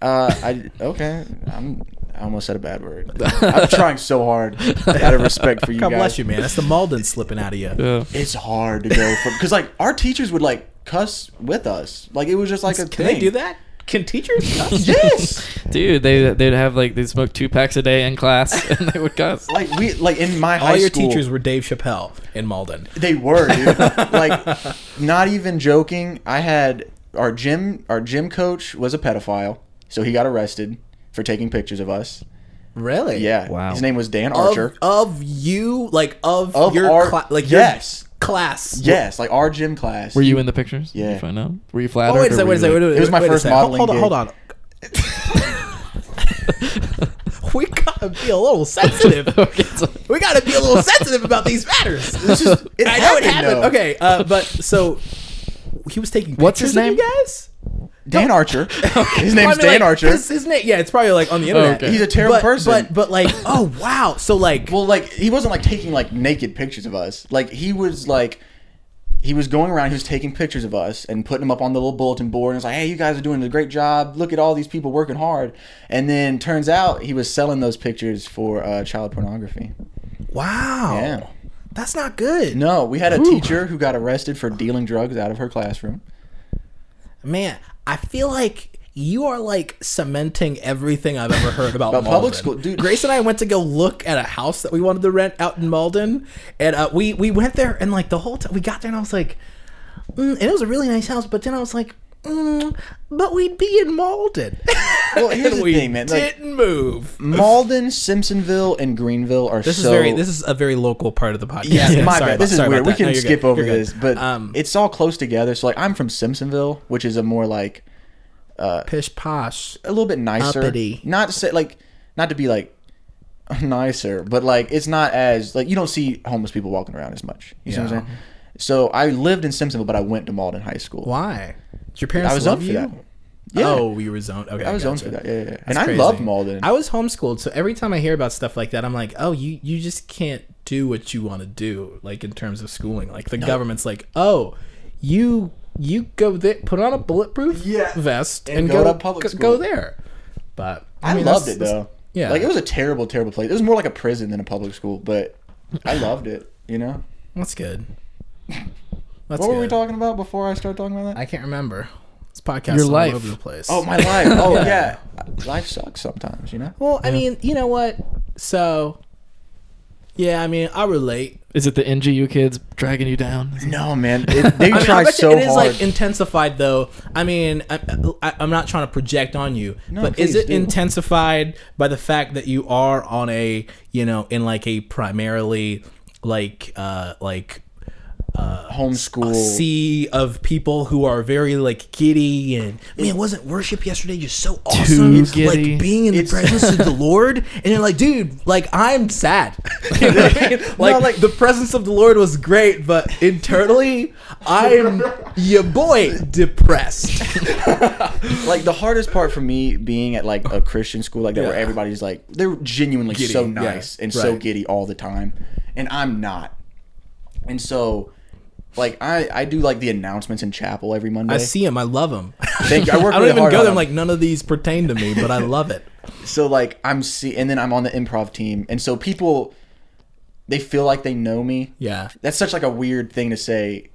Uh, I okay. I'm. I almost said a bad word. I'm trying so hard out of respect for you
God
guys.
bless you, man. That's the Malden slipping out of you.
Yeah.
It's hard to go from because like our teachers would like cuss with us. Like it was just like a
Can
thing.
they do that? Can teachers?
Yes.
Dude, they they'd have like they'd smoke two packs a day in class and they would cuss.
like we like in my
All
high
your
school,
teachers were Dave Chappelle in Malden.
They were, dude. like, not even joking. I had our gym. Our gym coach was a pedophile, so he got arrested for taking pictures of us.
Really?
Yeah.
Wow.
His name was Dan Archer.
Of, of you, like of,
Of
your
our-
cla- like
yes.
your class.
yes, like our gym class.
Were you in the pictures? Did
Yeah.
you find out? Were you flattered?
Oh wait a
or
second,
were
wait
you
a second, wait,
like-
wait,
It was my
wait a
first
second. Hold-
modeling
Hold on, hold on. we gotta be a little sensitive.
Okay, so-
We gotta be a little sensitive about these matters.
This is, it
I know it happened.
though.
Okay, uh, but so he was taking
What's his
pictures of you
name?
guys.
Dan Archer. His name's
Well, I mean,
Dan
like,
Archer. Oh,
His, his name, yeah, it's probably like on the internet.
okay. He's
a terrible
But-
person.
but but like, oh wow, so like,
well, like he wasn't like taking like naked pictures of us. Like he was like. He was going around. He was taking pictures of us and putting them up on the little bulletin board. And it's like, "Hey, you guys are doing a great job. Look at all these people working hard." And then turns out he was selling those pictures for uh, child pornography.
wow,
Yeah.
that's not good.
No, we had a teacher who got arrested for dealing drugs out of her classroom.
Man, I feel like you are like cementing everything I've ever heard about,
About
Malden.
public school- dude.
Grace and I went to go look at a house that we wanted to rent out in Malden, and uh, we we went there and like the whole time we got there and I was like, mm, and it was a really nice house, but then I was like. Mm, but we'd be in Malden.
Well, here's
And
the
we
thing, man, like-
didn't move.
Malden, Simpsonville, and Greenville are
This
so.
is very. This is a very local part of the podcast.
yeah, my
sorry
bad.
about-
This is
sorry about
weird. We
that. No,
can
you're
skip
good.
over
You're good.
this, but
um,
it's all close together. So like, I'm from Simpsonville, which is a more like
pish posh.
a little bit nicer.
Uppity.
Not to say like not to be like nicer, but like it's not as like you don't see homeless people walking around as much. You see what
Yeah.
I'm saying? So I lived in Simpsonville, but I went to Malden High School.
Why? Did your parents
I was
love
zoned
you?
for that. Yeah.
Oh, you were zoned. Okay,
I was zoned
gotcha.
for that. Yeah, yeah. yeah. And
That's
I
crazy.
love Malden.
I was homeschooled, so every time I hear about stuff like that, I'm like, oh, you you just can't do what you want to do, like in terms of schooling. Like the government's like, oh, you you go there, put on a bulletproof
Yeah.
vest, and,
And
go,
go to public
go,
school.
go there. But
I,
mean,
loved
that's-
it though.
yeah.
Like it was a terrible, terrible place. It was more like a prison than a public school, but I loved it. You know.
That's good. That's
What were we
good.
talking about before I started talking about that?
I can't remember. This podcast
Your
is all
life.
over the place.
oh my life. Oh yeah. Life sucks sometimes. You know.
Well, I mean, you know what? So, Yeah, I mean, I relate.
Is it the NGU kids dragging you down?
No, man, it, they
I mean,
try
I bet
so
you it is
hard.
like intensified though. I mean, I, I, I'm not trying to project on you,
No,
but is
please
it
do.
intensified by the fact that you are on a you know in like a primarily like uh like
Homeschool.
a sea of people who are very like giddy and man wasn't worship yesterday just so awesome
Too
It's
giddy.
like being in the
It's-
presence of the lord and you're like dude like i'm sad You know what I mean? like,
like-
the presence of the lord was great but internally i'm your boy depressed
like the hardest part for me being at like a Christian school like that where
Yeah.
everybody's like they're genuinely
Giddy,
so
yeah,
nice and so
right.
giddy all the time and I'm not. And so like I I do like the announcements in chapel every Monday.
i see him i love him
Thank you. I work
i don't
really
even
hard
go
on
there i'm
them.
like none of these pertain to me but i love it
so like I'm see and then I'm on the improv team and so people they feel like they know me.
yeah
That's such like a weird thing to say.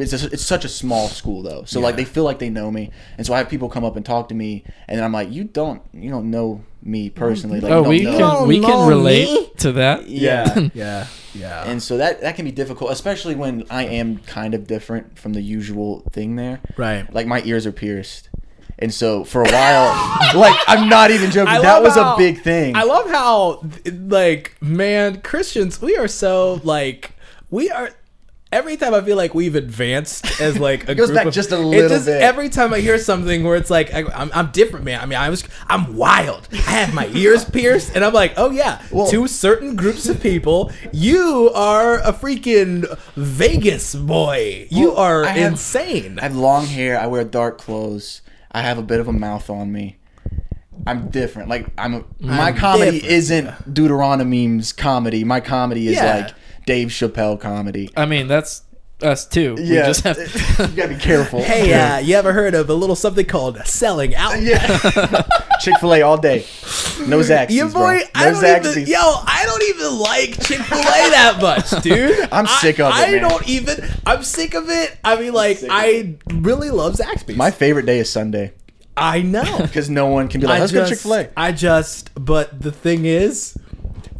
It's, a, it's such a small school though, so like they feel like they know me, and so I have people come up and talk to me, and then I'm like, you don't you don't know me personally. Like, you
Oh,
don't
we
know
know.
can we
No,
can
no,
relate
me?
to that.
Yeah.
yeah yeah
and so that that can be difficult, especially when I am kind of different from the usual thing there.
Right.
Like my ears are pierced. And so for a while, like I'm not even joking. that
love
was
how-
a big thing.
I love how, like, man, Christians, we are so like, we are. Every time I feel like we've advanced as like a
goes
group
back
of-
just a
it
little bit.
Every time I hear something where it's like I, I'm, I'm different, man. I mean, I was I'm wild. I have my ears pierced, and I'm like, oh yeah, to certain groups of people, you are a freaking Vegas boy. You
Well,
are
I have-
insane.
I have long hair. I wear dark clothes. I have a bit of a mouth on me. I'm different. Like I'm. A,
Mm-hmm.
my comedy
different.
isn't Deuteronomy's comedy. My comedy is
Yeah.
like Dave Chappelle comedy.
I mean, that's us too. We
Yeah.
just have
you gotta be careful.
hey, uh, you ever heard of a little something called selling out?
Yeah. Chick Fil A all day. No Zaxby's,
Yeah,
bro.
boy,
No
I don't even,
Zaxby's.
yo, I don't even like Chick Fil A that much, dude.
I'm
I-
sick of it,
I
man.
don't even. I'm sick of it. I mean, like,
sick of
I really love Zaxby's.
My favorite day is Sunday
I know.
because no one can be like,
I
"Let's go
just,
Chick Fil A."
I just. But the thing is,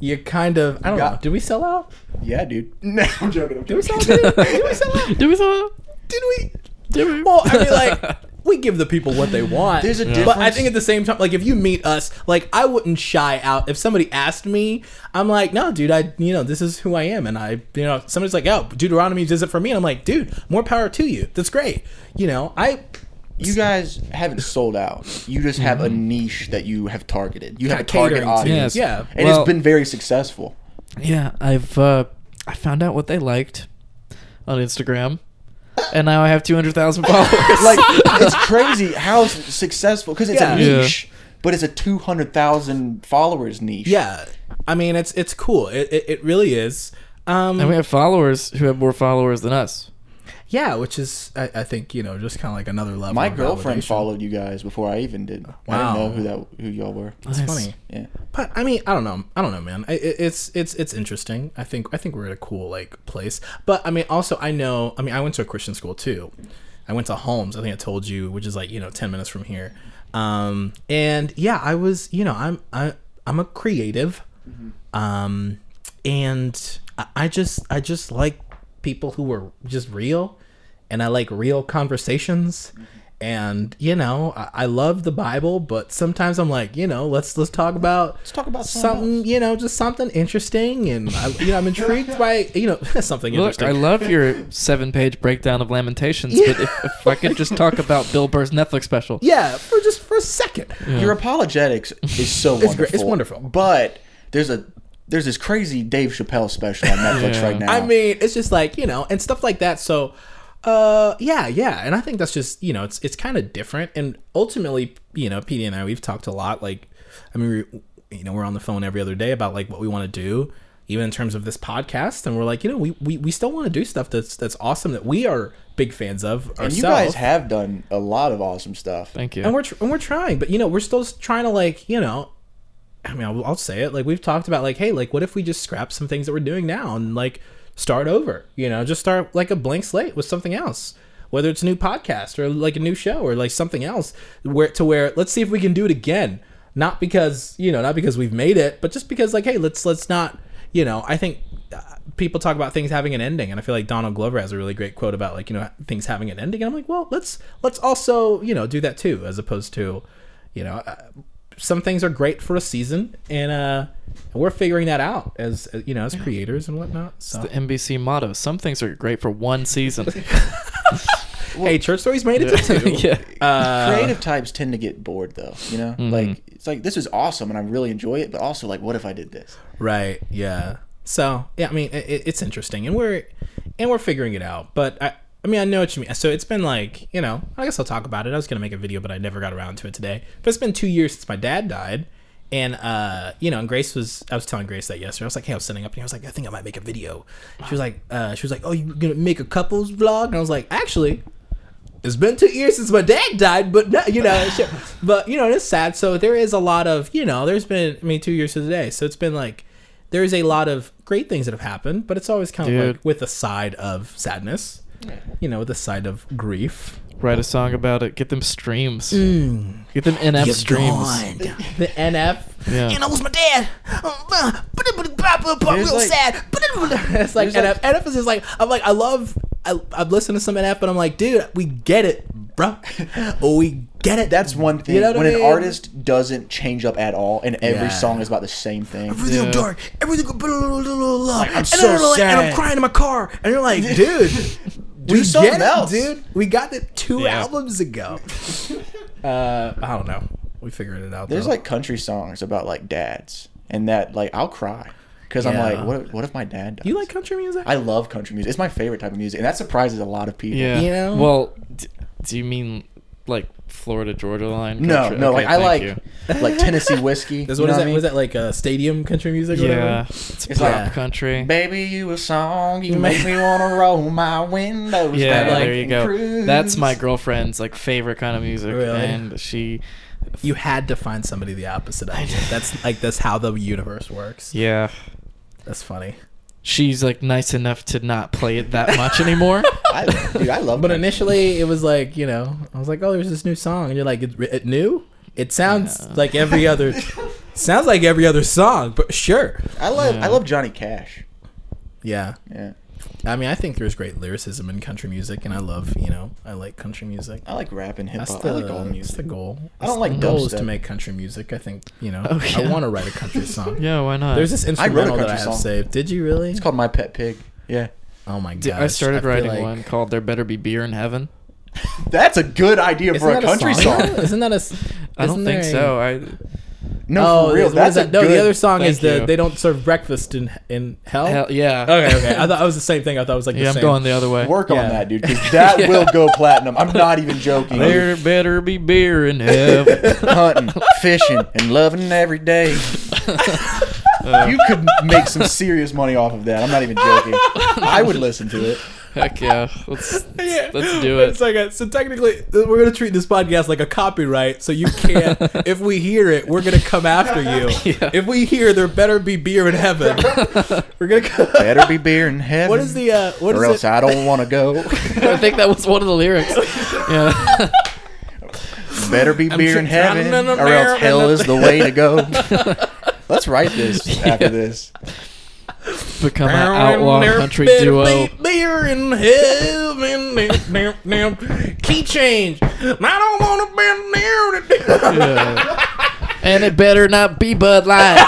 you kind of. I don't
Got-
know. Did we sell out?
Yeah, dude. No, I'm joking. I'm
Did we sell out?
joking.
Did we sell out?
do we thought
Did we?
do we?
Well, I mean, like. We give the people what they want.
There's a
But I
difference.
think at the same time, like if you meet us, like I wouldn't shy out. If somebody asked me, I'm like, no, dude, I, you know, this is who I am, and I, you know, somebody's like, oh, Deuteronomy does it for me, and I'm like, dude, more power to you. That's great. You know, I,
You guys haven't sold out. You just have a
Mm-hmm.
niche that you have targeted. You have a
Kinda catering
target
to.
audience.
Yeah.
and
Well-
it's been very successful.
Yeah, I've uh, I found out what they liked on Instagram, and now I have two hundred thousand followers.
Like it's crazy how s- successful because it's
Yeah.
a
Yeah.
niche, but it's a two hundred thousand followers niche.
yeah, I mean, it's it's cool. It it, it really is. Um,
and we have followers who have more followers than us.
yeah, which is, I, I think, you know, just kind of like another level.
My
of
girlfriend
validation.
followed you guys before I even did.
Wow.
I didn't know who that who y'all were.
That's
Funny.
Yeah.
But I mean, I don't know. I don't know, man. I, it, it's it's it's interesting. I think I think we're at a cool like place. But I mean, also I know. I mean, I went to a Christian school too. I went to Holmes. I think I told you, which is like you know ten minutes from here. Um, and yeah, I was you know I'm I I'm a creative, um, and I, I just I just like people who are just real, and I like real conversations
Mm-hmm.
and you know I, I love the bible but sometimes i'm like you know let's let's talk about let's
talk about something
something you know just something interesting and I, you know i'm intrigued by you know something
Look, I
interesting
love your seven-page breakdown of Lamentations, but if, if I could just talk about Bill Burr's Netflix special,
yeah for just for a second
Your apologetics is so wonderful.
great- it's wonderful.
But there's a there's this crazy Dave Chappelle special on Netflix
Yeah.
right now.
i mean it's just like you know and stuff like that so uh yeah yeah and i think that's just you know it's it's kind of different and ultimately you know pd and i we've talked a lot like i mean we, you know we're on the phone every other day about like what we want to do even in terms of this podcast and we're like you know we we, we still want to do stuff that's that's awesome that we are big fans of ourselves
and you guys have done a lot of awesome stuff.
thank you.
and we're tr- and we're trying, but you know, we're still s- trying to like, you know, I mean, I'll, I'll say it. Like we've talked about, like, hey, like, what if we just scrap some things that we're doing now and like start over? You know, just start like a blank slate with something else, whether it's a new podcast or like a new show or like something else. Where to where let's see if we can do it again. Not because you know, not because we've made it, but just because like, hey, let's let's not you know, I think uh, people talk about things having an ending, and I feel like Donald Glover has a really great quote about like you know things having an ending, and I'm like, well, let's let's also you know do that too, as opposed to, you know, uh, some things are great for a season, and uh, we're figuring that out as as, you know as creators and whatnot. So.
The NBC motto: Some things are great for one season.
hey, Church Stories made it to two.
yeah.
Uh,
Creative types tend to get bored though, you know?
Mm-hmm.
Like it's like this is awesome and I really enjoy it, but also like what if I did this?
Right. Yeah. So yeah, I mean, it, it's interesting, and we're and we're figuring it out. But I, I mean, I know what you mean. So it's been like, you know, I guess I'll talk about it. I was gonna make a video, but I never got around to it today. But it's been two years since my dad died, and uh, you know, and Grace was, I was telling Grace that yesterday. I was like, hey, I was sitting up, and I was like, I think I might make a video. She was like, uh, she was like, oh, you gonna make a couples vlog? And I was like, actually, it's been two years since my dad died, but no, you know, shit. but you know, it's sad. So there is a lot of, you know, there's been, I mean, two years to the day. So it's been like, there's a lot of great things that have happened, but it's always kind of
Dude.
like with a side of sadness, you know, with a side of grief.
Write a song about it. Get them streams. Get them NF streams.
The NF.
Yeah.
You know, it was my dad. Real
There's like-
sad. It's like
there's like-
NF. NF is just like, I'm like, I love, I, I've listened to some NF, but I'm like, dude, we get it, bro. We get it.
That's one thing.
You know what
when
I
an
mean?
artist doesn't change up at all and
Yeah.
every song is about the same thing.
everything
Yeah.
dark, everything but a little, little, little love.
I'm
and
so
then they're like- And I'm
sad.
crying in my car, and you're like, dude, we
something
get
else.
it, dude. We got it two
Yeah.
albums ago. uh, I don't know. We figured it out.
There's
though.
like country songs about like dads and that like I'll cry cuz I'm
Yeah.
like what if, what if my dad dies?
you like country music?
I love country music. It's my favorite type of music and that surprises a lot of people.
Yeah.
You know?
Well, d- do you mean like Florida Georgia line?
No,
country? Okay,
no, like I
thank
like
you.
like Tennessee whiskey.
That's
you
what
know
is
what I
that?
mean?
Was that like uh, stadium country music? Or
Yeah,
whatever?
it's,
It's
pop
like-
country.
Baby, you a song. You make me wanna roll my windows.
yeah,
back
there you
and
go.
cruise.
That's my girlfriend's like favorite kind of music,
Really?
and she,
You had to find somebody the opposite of. you. That's like that's how the universe works.
yeah,
That's funny.
she's like nice enough to not play it that much anymore.
I, dude, I love.
But
country.
initially, it was like you know, I was like, oh, there's this new song, and you're like, it, it new? It sounds
Yeah.
like every other, sounds like every other song, but sure.
I love.
Yeah.
I love Johnny Cash.
Yeah,
Yeah,
I mean, I think there's great lyricism in country music, and I love, you know, I like country music.
I like rap and hip
That's
hop.
the,
I like all
that's the
music.
goal.
I don't like
The goal is
dubstep.
to make country music. I think you know,
Oh, yeah.
I want to write a country song.
yeah, why not?
There's this
I wrote a
instrumental that I
country
have
song.
saved. Did you really?
It's called My Pet Pig. Yeah,
oh my
D-
god!
I started writing one called "There Better Be Beer in Heaven."
that's a good idea for a country song.
isn't that a? s-
I
isn't
don't
there
think
a-
so. I
No,
oh,
for real.
what is
That's a
that? No,
good.
the other song is
Thank
the
you.
they don't serve breakfast in in hell.
hell, yeah.
Oh. Okay, okay. I thought it was the same thing. I thought it was like
yeah,
the
I'm
same.
going the other way.
Work
Yeah.
on that, dude, because that will go platinum. I'm not even joking.
There better be beer in heaven.
hunting, fishing, and loving every day. you could make some serious money off of that. I'm not even joking. I would listen to it.
Heck yeah. Let's,
Yeah.
let's do it.
It's like a, so technically, th- we're gonna treat this podcast like a copyright. So you can't. if we hear it, we're gonna come after you.
Yeah.
If we hear, there better be beer in heaven. we're gonna. Come,
Better be beer in heaven.
what is the? Uh, what
Or
is
else
it?
I don't want to go.
I think that was one of the lyrics. Yeah.
Better be beer in
just drowning
heaven,
in a
or else hell
marathon.
is the way to go. Let's write this after this.
Become an outlaw
There
country
better
duo.
be beer in heaven. Damn, damn, damn. Key change. I don't wanna be near the.
Yeah. And it better not be Bud Light.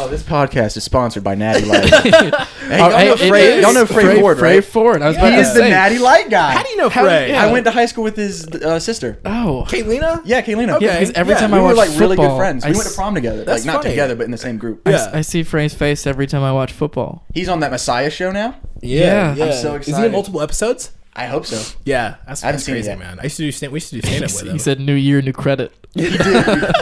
Oh, this podcast is sponsored by Natty Light. Oh, hey, y'all,
Hey,
know
it
Frey,
is.
y'all know Frey, Ford,
Frey
right?
Ford. I was about
He
to
is the
say.
Natty Light guy.
How do you know
How-
Frey?
yeah.
I went to high school with his uh, sister.
Oh.
Kalina?
Yeah, Kalina.
Okay.
Yeah, 'cause every time
we
I
were
watch
like really good
football,
friends.
I
We went
s-
to prom together,
That's
like not
funny.
together, but in the same group.
Yeah.
I see Frey's face every time I watch football.
He's on that Messiah show now.
Yeah.
yeah.
I'm so
Isn't it
excited.
multiple episodes?
I hope so.
Yeah, that's,
haven't
that's
seen it
crazy,
yet.
man. I used to do stand. We used to do stand up with him.
He said, "New year, new credit."
He did.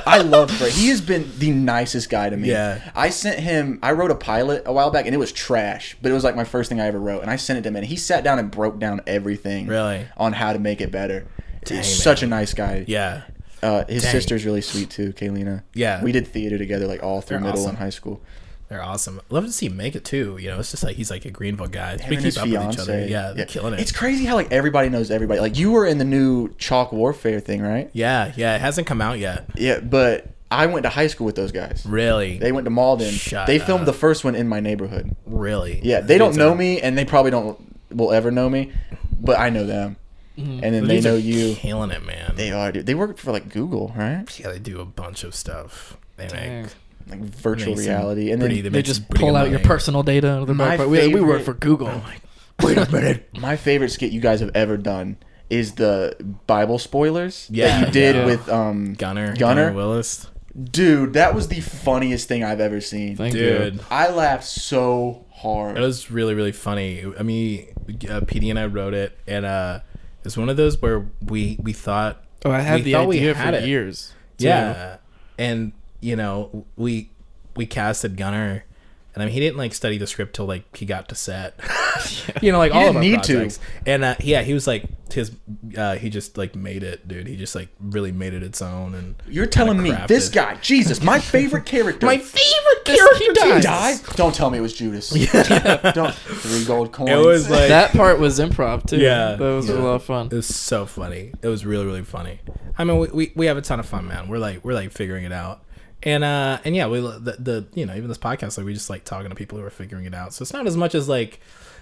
I love Frey. He has been the nicest guy to me.
Yeah.
I sent him. I wrote a pilot a while back, and it was trash, but it was like my first thing I ever wrote, and I sent it to him, and he sat down and broke down everything.
Really?
On how to make it better.
Dang,
He's such a nice guy.
yeah,
Uh, his
Dang.
sister's really sweet too, Kalina.
Yeah.
We did theater together, like all through
They're
middle
awesome.
and high school.
they're awesome. Love to see him make it too. You know, it's just like he's like a Greenville guy.
Him
we keep
and his
up with each other.
fiancée.
Yeah, they're killing it.
It's crazy how like everybody knows everybody. Like you were in the new Chalk Warfare thing, right?
yeah, yeah, it hasn't come out yet.
Yeah, but I went to high school with those guys.
Really?
They went to Malden.
Shut
they filmed
up.
the first one in my neighborhood.
really?
Yeah, they don't know me, and they probably don't will ever know me, but I know them, and then they
Mm-hmm. Dudes
know
are
you.
Killing it, man.
They are. Dude. They work for like Google, right?
yeah, they do a bunch of stuff. They
Dang.
make
Like virtual
Amazing.
reality, and then
Pretty-
They
Makes
just
pretty
pull
good
out your
money.
personal data. out of their
My
backpack. We, we work
favorite-
for Google.
Wait a minute.
my favorite skit you guys have ever done is the Bible spoilers
Yeah,
that you did
yeah.
with um
Gunner,
Gunner?
Willis,
Dude, that was the funniest thing I've ever seen.
Thank
dude.
you.
I laughed so
It
hard.
was really, really funny. I mean, uh, PD and I wrote it, and uh, it's one of those where we we thought,
Oh, I had
We
the
thought we
idea
had
for
it.
years. too.
yeah, and you know, we we casted Gunner, and I mean, he didn't like study the script till like he got to set. you know, like all of
didn't
our
need to.
projects. And uh, yeah, he was like his, uh, he just like made it, dude. He just like really made it its own, and
You're telling me
crafted.
this guy, Jesus, my favorite character. my
favorite
character
he
dies.
died? Don't tell me it was Judas. Don't. Three gold coins.
It was like
that part was improv too.
Yeah.
that was
Yeah.
a lot of fun.
It was so funny. It was really, really funny. I mean, we, we, we have a ton of fun, man. We're like we're like figuring it out, and uh and yeah, we the, the you know even this podcast like we just like talking to people who are figuring it out. So it's not as much as like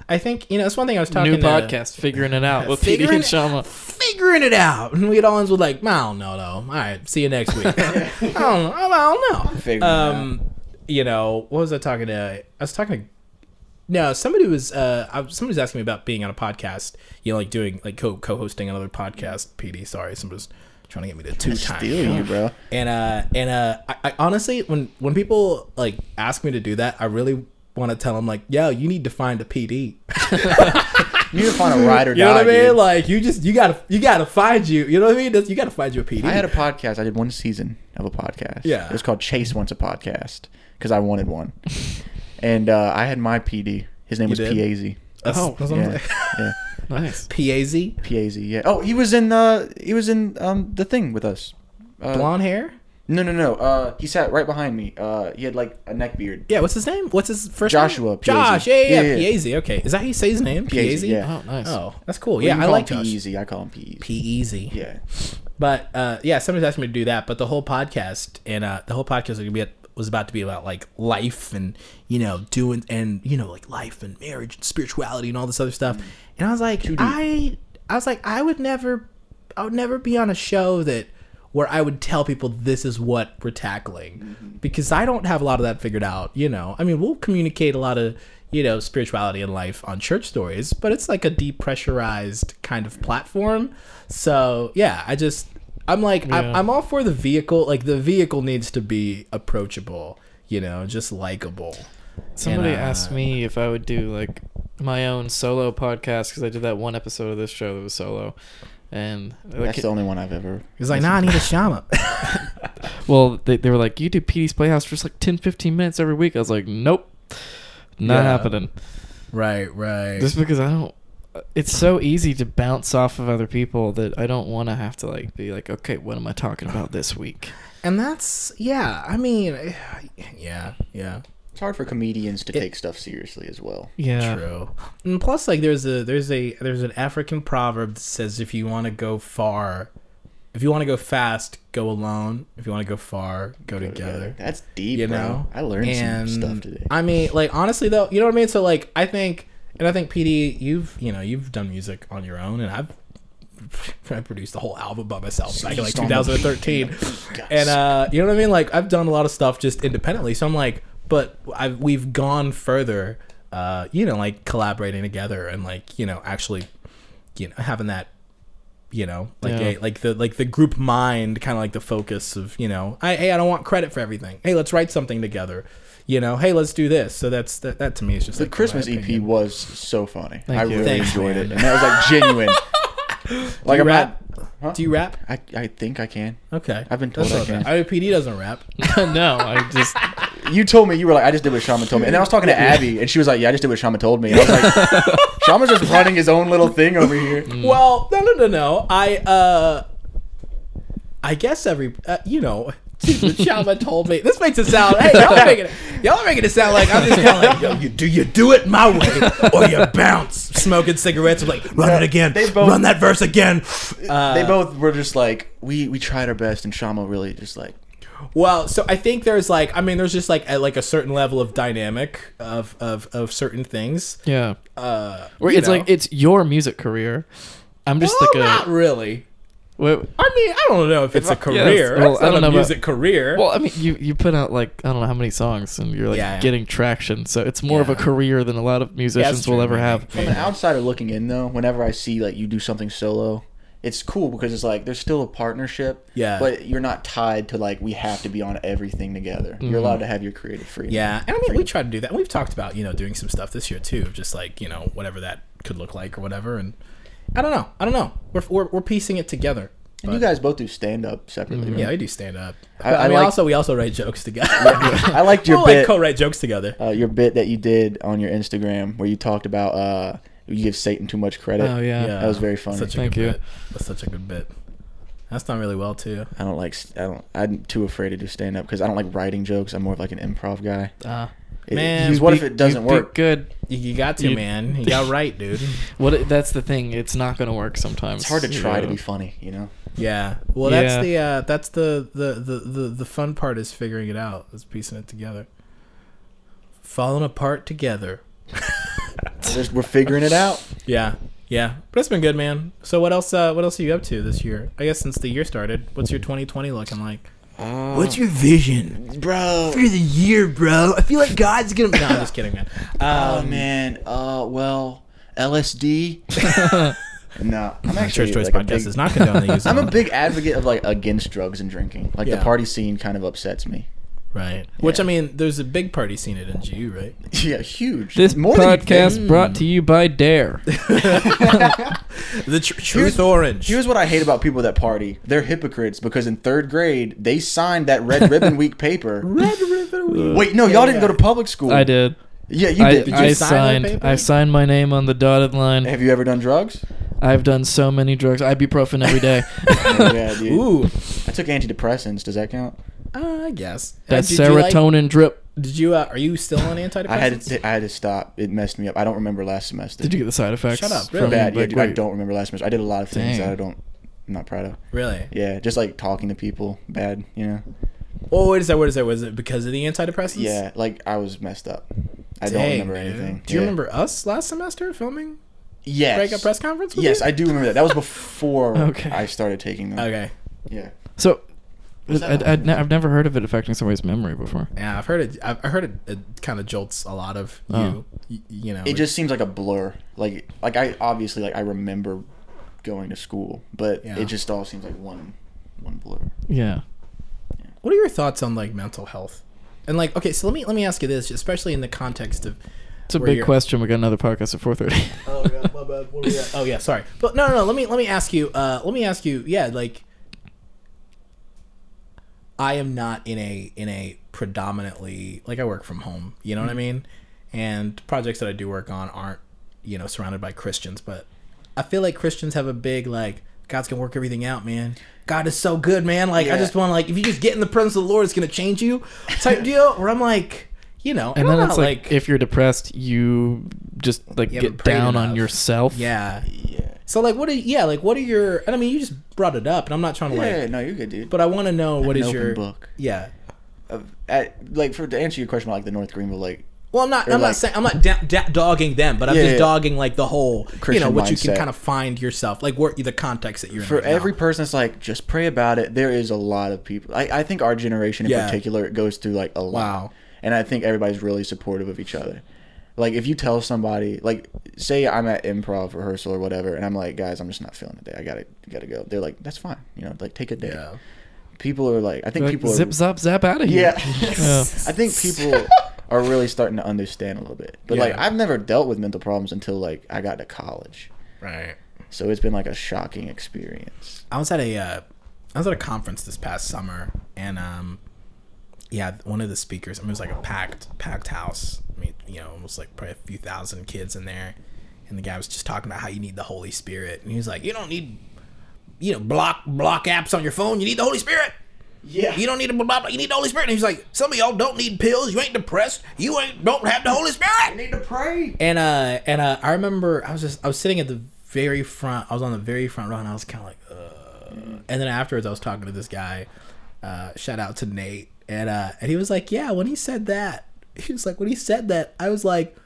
I think you know it's one thing I was talking
New
to-
podcast, figuring it out with PD
Figuring
and
it-
Shama.
figuring it out, and we'd all end with like I don't know though. All right, see you next week. I don't know. I don't know.
figuring it
um, you know what was I talking to? I was talking to no, somebody was uh, I, somebody was asking me about being on a podcast. You know, like doing like co co-hosting another podcast. PD, sorry, somebody was trying to get me to two
Steal you,
times.
bro.
And uh, and uh, I, I honestly, when when people like ask me to do that, I really want to tell them like, yo, you need to find a PD.
You need to find a ride or die.
You know what I mean?
dude.
Like you just you gotta you gotta find you. You know what I mean? That's, you gotta find you a PD.
I had a podcast. I did one season of a podcast.
Yeah.
It was called Chase Wants a Podcast because I wanted one. and uh, I had my PD. His name was
did?
Piazzi.
That's-
Oh,
that's what I'm
Yeah.
saying.
yeah.
Nice.
Piazzi,
Piazzi. Yeah. Oh, he was in uh he was in um the thing with us. Uh,
blonde hair.
No, no, no. Uh, he sat right behind me. Uh, he had like a neck beard.
Yeah, what's his name? What's his first
Joshua
name?
Piazzi.
Josh. Yeah, yeah,
Yeah,
yeah,
yeah.
Piazzi. Okay, is that how you say his name?
Piazzi,
Piazzi.
yeah.
Oh, nice.
Oh, that's cool.
You
Yeah,
can
I
call E
like
him
Josh.
Piazzi. I call him
E
Piazzi.
Piazzi.
Yeah.
But uh, yeah, somebody's asked me to do that. But the whole podcast and uh, the whole podcast was, gonna be, was about to be about like life and you know doing and you know like life and marriage and spirituality and all this other stuff. And I was like, I I was like, I would never, I would never be on a show that where I would tell people this is what we're tackling because I don't have a lot of that figured out. You know, I mean, we'll communicate a lot of you know spirituality and life on church stories, but it's like a depressurized kind of platform. So yeah, I just I'm like I'm,
Yeah.
I'm all for the vehicle. Like the vehicle needs to be approachable. You know, just likable.
Somebody
And, uh,
asked me if I would do like my own solo podcast because I did that one episode of this show that was solo, and
That's
like,
the only one I've ever.
He's like, nah, I need a shama.
well, they, they were like, "You do PD's Playhouse for just like 10, 15 minutes every week." I was like, "Nope, not
Yeah.
happening."
right, right.
Just because I don't. It's so easy to bounce off of other people that I don't want to have to like be like, "Okay, what am I talking about this week?"
and that's yeah. I mean, yeah, yeah.
It's hard for comedians to take stuff seriously as well.
Yeah.
True. And plus, like, there's a there's a there's an African proverb that says if you want to go far, if you want to go fast, go alone. If you want to go far, go, together.
That's deep,
You
bro.
know.
I learned
And,
some stuff today.
I mean, like, honestly though, you know what I mean. So like, I think, and I think PD, you've you know you've done music on your own, and I've. I produced the whole album by myself back in like 2013, and uh, you know what I mean. Like I've done a lot of stuff just independently, so I'm like, but I've, we've gone further, uh, you know, like collaborating together and like you know actually, you know, having that, you know, like
Yeah.
a, like the like the group mind, kind of like the focus of you know, I hey I don't want credit for everything. Hey, let's write something together. You know, hey, let's do this. So that's that. That to me is just
the
like my
Christmas E EP
opinion.
was so funny.
Thank
I
you.
really
Thanks,
enjoyed
man.
it, and that was like genuine. like
Do
I'm
you
not.
rap? Do you rap?
I, I think I can.
Okay,
I've been told
That's
I can.
okay. IOPD doesn't rap.
no, I just
You told me you were like I just did what Shaman told me, and then I was talking to Abby, and she was like, "Yeah, I just did what Shaman told me." And I was like, "Shaman's just running his own little thing over here."
Mm.
Mm-hmm.
Well, no, no, no, no. I, uh, I guess every, uh, you know, Chama told me this makes it sound. Hey, y'all are making it, y'all are making it sound like I'm just kind of like, yo, you do you do it my way or you bounce, smoking cigarettes. I'm like, run it again,
they both-
run that verse again.
they both were just like, "We we tried our best," and Shama really just like,
Well, so I think there's like I mean there's just like a, like a certain level of dynamic of of of certain things.
Yeah.
Uh,
Or
you
it's
know.
like it's your music career. I'm just
well,
like
not
a.
really.
Well,
I mean, I don't know if it's a
yeah,
career.
well,
it's
I
not
don't
a
know about-
music career.
well, I mean, you you put out like I don't know how many songs, and you're like
Yeah.
getting traction. So it's more of a
Yeah.
career than a lot of musicians will
true,
ever
maybe.
have.
From an outsider looking in, though, whenever I see like you do something solo, it's cool because it's like there's still a partnership.
Yeah.
But you're not tied to like we have to be on everything together. You're allowed to have your creative freedom.
Mm-hmm. yeah, and I mean we try to do that. And we've talked about you know doing some stuff this year too, of just like you know whatever that could look like or whatever. And I don't know. I don't know. We're we're, we're piecing it together.
And you guys both do stand up separately. right?
Yeah, I do stand up.
I-
But, I,
I
mean,
like-
also we also write jokes together.
I liked your
We'll, like
bit.
co-write jokes together.
uh, your bit that you did on your Instagram where you talked about uh, you give Satan too much credit.
Oh yeah.
Yeah.
that was very funny.
Such a
Thank
good
you.
bit. That's such a good bit. That's done really well too.
I don't like. I don't. I'm too afraid to do stand up because I don't like writing jokes. I'm more of like an improv guy.
Ah.
It-
Man,
because what
You
if
be-
it doesn't
you be
work?
Good.
You, you got to
You-
man. You got right, dude.
What? i- That's the thing. It's not going to work sometimes.
It's hard to try to
Yeah.
be funny, you know.
Yeah. Well,
Yeah.
that's the uh, that's the the, the the the fun part is figuring it out. Is piecing it together. Falling apart together.
Just, we're figuring it out.
Yeah. Yeah. But it's been good, man. So what else? Uh, what else are you up to this year? I guess since the year started, what's your 2020 looking like? Oh.
What's your vision
bro?
for the year, bro? I feel like God's gonna.
No, I'm just kidding, man.
Oh
Um,
man. Uh, well, LSD. no, I'm actually
Church Choice
like, a
Podcast
big-
is not condoning the use.
I'm
of
a
them.
big advocate of like against drugs and drinking. Like
Yeah.
the party scene kind of upsets me.
right. Which I mean, there's a big party scene at NGU, right?
yeah, huge.
This
than you
podcast
think.
brought to you by Dare.
The tr- Truth Orange.
Here's what I hate about people that party. They're hypocrites because in third grade they signed that red ribbon week paper.
Red River Week.
Wait, no, y'all didn't
yeah.
go to public school.
I did.
Yeah, you
I,
did. Did you
I
sign that
signed.
paper?
I signed my name on the dotted line.
Have you ever done drugs?
I've done so many drugs. Ibuprofen every day.
yeah, dude.
Ooh.
I took antidepressants. Does that count?
Uh, I guess.
That
Uh, did you like-
serotonin drip.
did you? Uh, are you still on antidepressants?
I had to. I had to stop. It messed me up. I don't remember last semester.
Did you get the side effects?
Shut up,
from,
really?
Bad. Yeah,
like,
dude, I
wait,
don't remember last semester. I did a lot of things
Dang.
that I don't. I'm not proud of.
really?
Yeah, just like talking to people. Bad. You know.
Oh, what is that? What is that? Was it because of the antidepressants?
Yeah, like I was messed up. I
Dang,
don't remember
dude.
anything.
Do you
Yeah.
remember us last semester filming
Yes.
breakup press conference? With
Yes,
you?
I do remember that. That was before
Okay.
I started taking them.
Okay.
Yeah.
So,
Was
I,
that-
I, I'd ne- I've never heard of it affecting somebody's memory before.
Yeah, I've heard it. I've I heard it, it kind of jolts a lot of you.
Oh.
y- You know,
It just seems like a blur. Like like I obviously like I remember going to school, but
Yeah.
it just all seems like one one blur.
Yeah.
What are your thoughts on like mental health? And like, okay, so let me let me ask you this, especially in the context of.
It's a
Where
big
you're-
question. We got another podcast at 4:30.
Oh.
bad. What are we at? Oh yeah, sorry. But no, no, no. Let me let me ask you. Uh, let me ask you. Yeah, like, I am not in a in a predominantly like I work from home. You know
Mm-hmm.
what I mean? And projects that I do work on aren't you know surrounded by Christians, but I feel like Christians have a big like God's gonna work everything out, man. God is so good, man. Like I
Yeah.
just want to like if you just get in the presence of the Lord, it's gonna change you type deal. Where I'm like, you know,
and
I'm
then
not,
it's like, if you're depressed, you just like
You haven't
get
prayed
down on
enough.
yourself.
yeah,
Yeah.
so like, what are yeah like what are your? And I mean, you just brought it up, and I'm not trying to
yeah,
like,
no, you're good, dude.
but I want to know what
An
is
open
your
book.
yeah.
Of- at, like for to answer your question about like the North Greenville, like
Well, I'm not.
Or,
I'm not
like-
saying I'm not da- da- dogging them, but I'm
Yeah,
just
yeah.
dogging like the whole you know
Christian
what you can
mindset.
kind of find yourself like where the context that you're in
for
right now.
every person that's like just pray about it, there is a lot of people. I, I think our generation in
Yeah.
particular it goes through like a lot,
Wow.
and I think everybody's really supportive of each other. Like if you tell somebody, like say I'm at improv rehearsal or whatever, and I'm like, guys, I'm just not feeling it today. I gotta gotta go. They're like, that's fine. You know, like take a day.
Yeah.
People are like, I think
Like,
people
zip,
are,
zap, zap out of here.
yeah. I think people are really starting to understand a little bit. But like
Yeah.
I've never dealt with mental problems until like I got to college.
right.
So it's been like a shocking experience.
I was at a uh, I was at a conference this past summer, and um, yeah, one of the speakers. I mean, it was like a packed packed house. I mean, you know, almost like probably a few thousand kids in there, and the guy was just talking about how you need the Holy Spirit, and he was like, you don't need, you know, block block apps on your phone. You need the Holy Spirit.
Yeah.
You don't need to blah, blah, blah. You need the Holy Spirit. And he's like, some of y'all don't need pills. You ain't depressed. You ain't don't have the Holy Spirit.
need to pray.
And uh, and uh, I remember I was just I was sitting at the very front. I was on the very front row, and I was kind of like, uh. And then afterwards, I was talking to this guy. Uh, shout out to Nate. And uh, and he was like, yeah, when he said that, he was like, when he said that, I was like,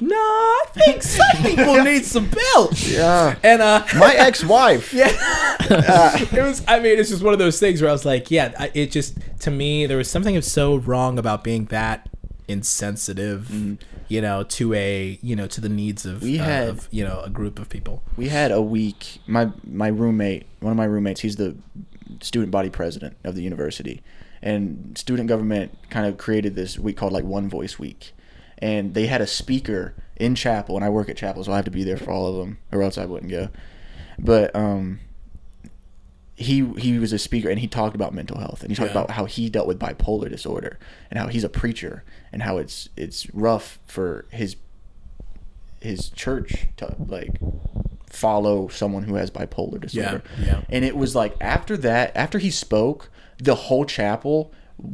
no, I think some people need some belts.
Yeah.
And uh,
My ex-wife.
yeah. it was. I mean, it's just one of those things where I was like, yeah. I, it just to me, there was something so wrong about being that insensitive, you know, to a you know to the needs of,
Mm-hmm. We
uh,
had-
of you know a group of people.
we had a week my my roommate one of my roommates he's the student body president of the university and student government kind of created this week called like one voice week and they had a speaker in chapel and i work at chapel so i have to be there for all of them or else i wouldn't go but um he he was a speaker and he talked about mental health and he talked about how he dealt with bipolar disorder and how he's a preacher and how it's it's rough for his his church to like follow someone who has bipolar disorder.
Yeah, yeah.
And it was like after that, after he spoke, the whole chapel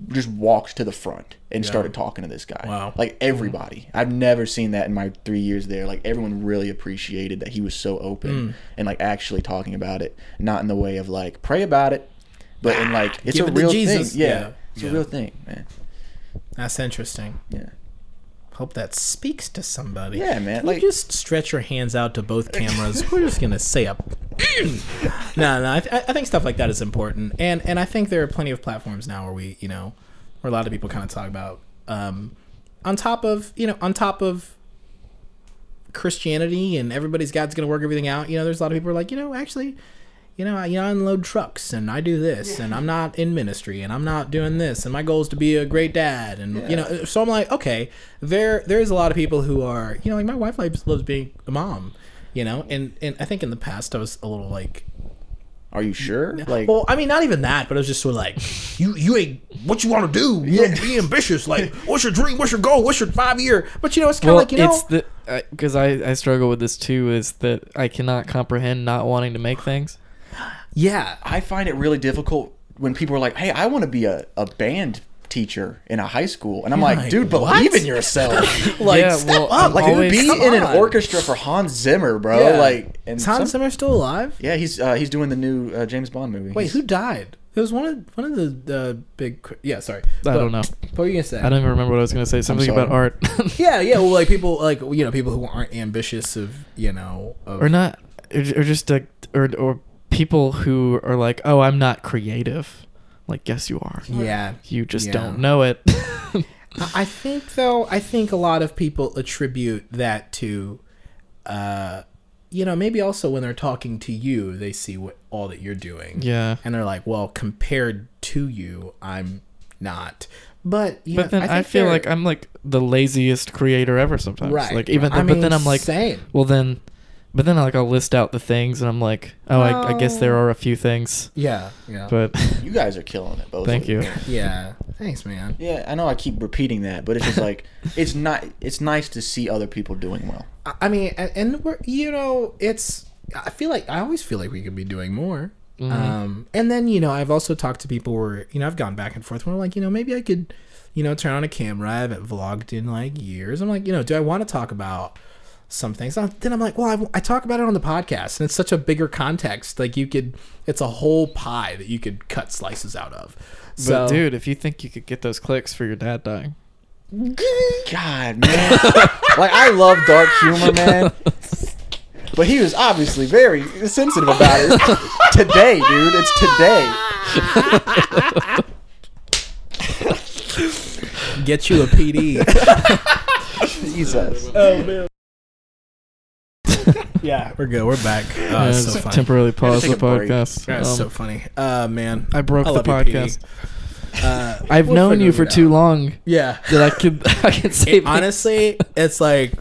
just walked to the front and started talking to this guy.
Wow.
Like everybody. I've never seen that in my 3 years there. Like everyone really appreciated that he was so open
Hmm.
and like actually talking about it, not in the way of like pray about it, but in like it's
give
a
it to
real
Jesus.
thing. Yeah.
Yeah,
It's
yeah.
a real thing, man.
That's interesting.
Yeah.
Hope that speaks to somebody.
Yeah, man,
Can
like-
you just stretch your hands out to both cameras. We're just gonna say a. no, no. I, th- I think stuff like that is important, and and I think there are plenty of platforms now where we, you know, where a lot of people kind of talk about, um, on top of you know, on top of Christianity and everybody's God's gonna work everything out. You know, there's a lot of people who are like, you know, actually, you know, I, you know, I unload trucks and I do this and I'm not in ministry and I'm not doing this and my goal is to be a great dad and you know, so I'm like, okay, there there is a lot of people who are, you know, like my wife loves, loves being a mom, you know, and and I think in the past I was a little like
Are you sure? Like
well, I mean, not even that, but I was just sort of like,
You you ain't what you want to do. You know, be ambitious. Like, what's your dream? What's your goal? What's your five year?
but you know, it's kind of
Well,
like you know,
it's the because I I struggle with this too. Is that I cannot comprehend not wanting to make things.
yeah,
I find it really difficult when people are like, "Hey, I want to be a, a band teacher in a high school," and I'm like,
like,
"Dude,
what?
believe in yourself. like,
yeah,
step
well, um,
up.
I'm
Like,
always-
be
come
in an
on."
orchestra for Hans Zimmer, bro.
Yeah.
Like, and
is Hans
some-
Zimmer still alive?
Yeah, he's uh, he's doing the new uh, James Bond movie.
Wait,
He's-
who died? It was one of one of the uh, big. cr- Yeah, sorry.
I don't know.
What were you gonna say?
I don't even remember what I was gonna say. Something
sorry.
about art,
Yeah, yeah. Well, like people, like you know, people who aren't ambitious of you know, of,
or not, or, or just like, or or people who are like, oh, I'm not creative. Like, yes, you are.
yeah.
You just
Yeah.
don't know it.
I I think though, I think a lot of people attribute that to, uh, you know, maybe also when they're talking to you, they see what all that you're doing.
yeah.
and they're like, well, compared to you, I'm not. But you know,
But then I,
think
feel
they're-
like I'm like the laziest creator ever sometimes.
Right.
Like even
I
th-
mean,
but then I'm like
same.
well then but then like I'll list out the things and I'm like, oh, I, I guess there are a few things,
yeah, yeah,
but
you guys are killing it, both. of
thank you.
yeah. Thanks, man.
Yeah, I know I keep repeating that, but it's just like it's not. It's nice to see other people doing well.
I- I mean, and, and we're you know, it's. I feel like I always feel like we could be doing more.
Mm-hmm.
Um, and then you know, I've also talked to people where you know I've gone back and forth. Where I'm like, you know, maybe I could, you know, turn on a camera. I haven't vlogged in like years. I'm like, you know, do I want to talk about some things? Uh, Then I'm like, well, I, I talk about it on the podcast, and it's such a bigger context. Like you could, it's a whole pie that you could cut slices out of. So,
But dude, if you think you could get those clicks for your dad dying,
God, man. like I love dark humor, man. But he was obviously very sensitive about it. today, dude. It's today.
get you a PD.
Jesus.
yeah, we're good. We're back. Oh,
I
it's so
just
funny.
temporarily pause the
take a break.
podcast.
That's
Um,
so funny. Uh, man,
I broke
I
the
love you, PD.
podcast.
Uh,
I've
we'll
known
figure
you
it
for
out.
too long
Yeah.
that I could I can say
It- honestly, it's like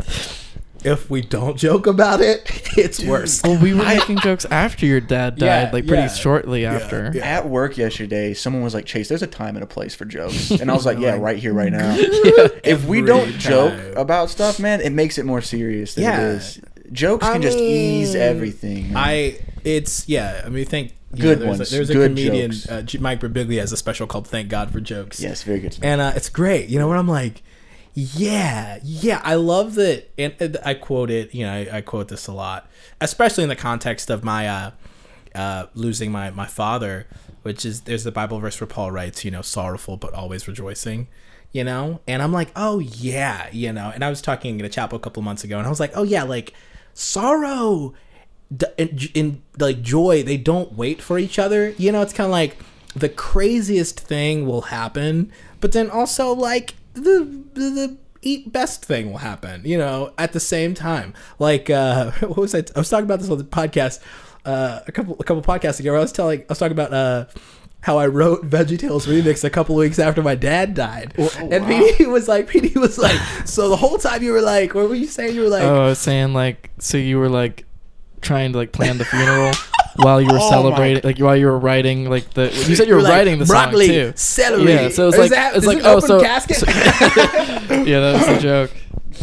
if we don't joke about it, it's worse.
Well, we were making jokes after your dad died,
Yeah,
like pretty
yeah.
shortly after.
yeah.
At work yesterday, someone was like, Chase, there's a time and a place for jokes. And I was like, yeah, right here, right now. if we don't
Every time.
joke about stuff, man, it makes it more serious than
Yeah.
it is. Jokes can just ease
mean,
everything. man.
I it's yeah. I mean, think you
Good
there's
ones,
A, there's a
good
comedian,
jokes.
uh, J- Mike Birbiglia, has a special called "Thank God for Jokes."
yes, very good.
and uh, it's great. You know what I'm like? Yeah, yeah. I love that, and, and I quote it. You know, I, I quote this a lot, especially in the context of my. Uh, uh, losing my my father, which is there's the Bible verse where Paul writes, you know, sorrowful but always rejoicing, you know. And I'm like, oh yeah, you know. And I was talking at a chapel a couple months ago, and I was like, oh yeah, like sorrow d- in, in like joy they don't wait for each other you know it's kind of like the craziest thing will happen but then also like the the, the eat best thing will happen you know at the same time like uh what was I? I was talking about this on the podcast uh a couple a couple podcasts ago i was telling i was talking about uh how I wrote VeggieTales remix a couple weeks after my dad died, and PD was like, PD was like, so the whole time you were like, what were you saying? You were like,
Oh, I was saying like so you were like trying to like plan the funeral while you were
Oh my-
celebrating, like while you were writing like the you said you were
like,
writing the song
broccoli,
too.
Celery.
Yeah, so it's
Is
like-
that,
it's
is
like,
it
oh,
open
so-
casket.
Yeah, that was the joke.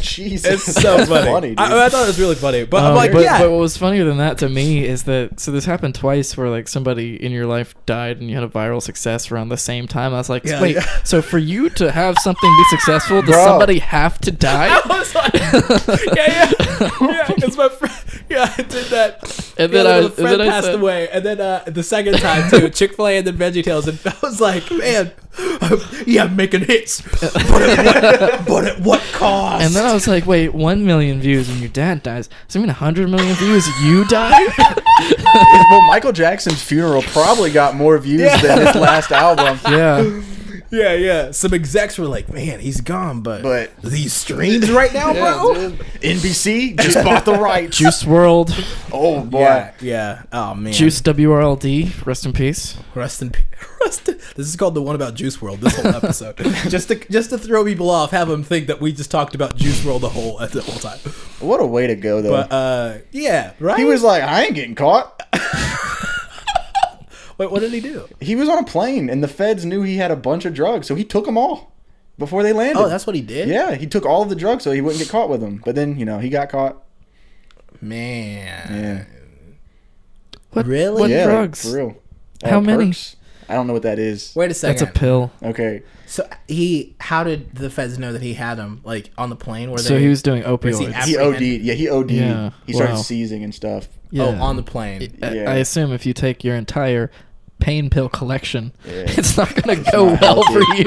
Jesus,
It's so
that's
funny.
dude.
I, I thought it was really funny, but I'm
Um,
like,
but,
yeah,
but what was funnier than that to me is that so this happened twice where like somebody in your life died and you had a viral success around the same time. I was like,
Yeah,
wait,
yeah.
so for you to have something be successful, does
Bro.
somebody have to die?
I was like, yeah, yeah, yeah. It's my friend. Yeah, I did that.
And
yeah,
then I-
the
and
friend
then I
passed
said-
away, and then uh, the second time too, Chick Fil A and then VeggieTales, and I was like, man, yeah, I'm making hits, but at what, but at what cost?
And then I was like, wait, one million views and your dad dies. Does that mean hundred million views you die?
well, Michael Jackson's funeral probably got more views than his last album.
yeah.
yeah, yeah. Some execs were like, man, he's gone, but
But-
these streams right now, bro.
NBC just bought the rights.
Juice World,
Oh boy,
Yeah, yeah. Oh man,
Juice WRLD, rest in peace.
Rest in pe- Rest in- this is called the one about Juice World. This whole episode, just to just to throw people off, have them think that we just talked about Juice World the whole the whole time.
what a way to go though.
But uh, yeah, right.
he was like, I ain't getting caught.
Wait, what did he do?
He was on a plane, and the feds knew he had a bunch of drugs, so he took them all before they landed.
Oh, that's what he did.
yeah. He took all of the drugs so he wouldn't get caught with them. But then you know he got caught.
man.
Yeah,
What,
Really?
What
yeah, like,
drugs?
for real.
How many?
perks? I don't know what that is.
Wait a
That's
second.
a pill.
Okay,
so he, how did the feds know that he had him? Like on the plane? Were
So
they-
he was doing
was he
opioids.
ap-
he OD'd. Yeah, he OD'd.
Yeah,
He started
wow.
seizing and stuff.
yeah.
Oh, on the plane.
I-
Yeah.
I assume if you take your entire pain pill collection,
Yeah.
it's not going to go
not
well for
healthy.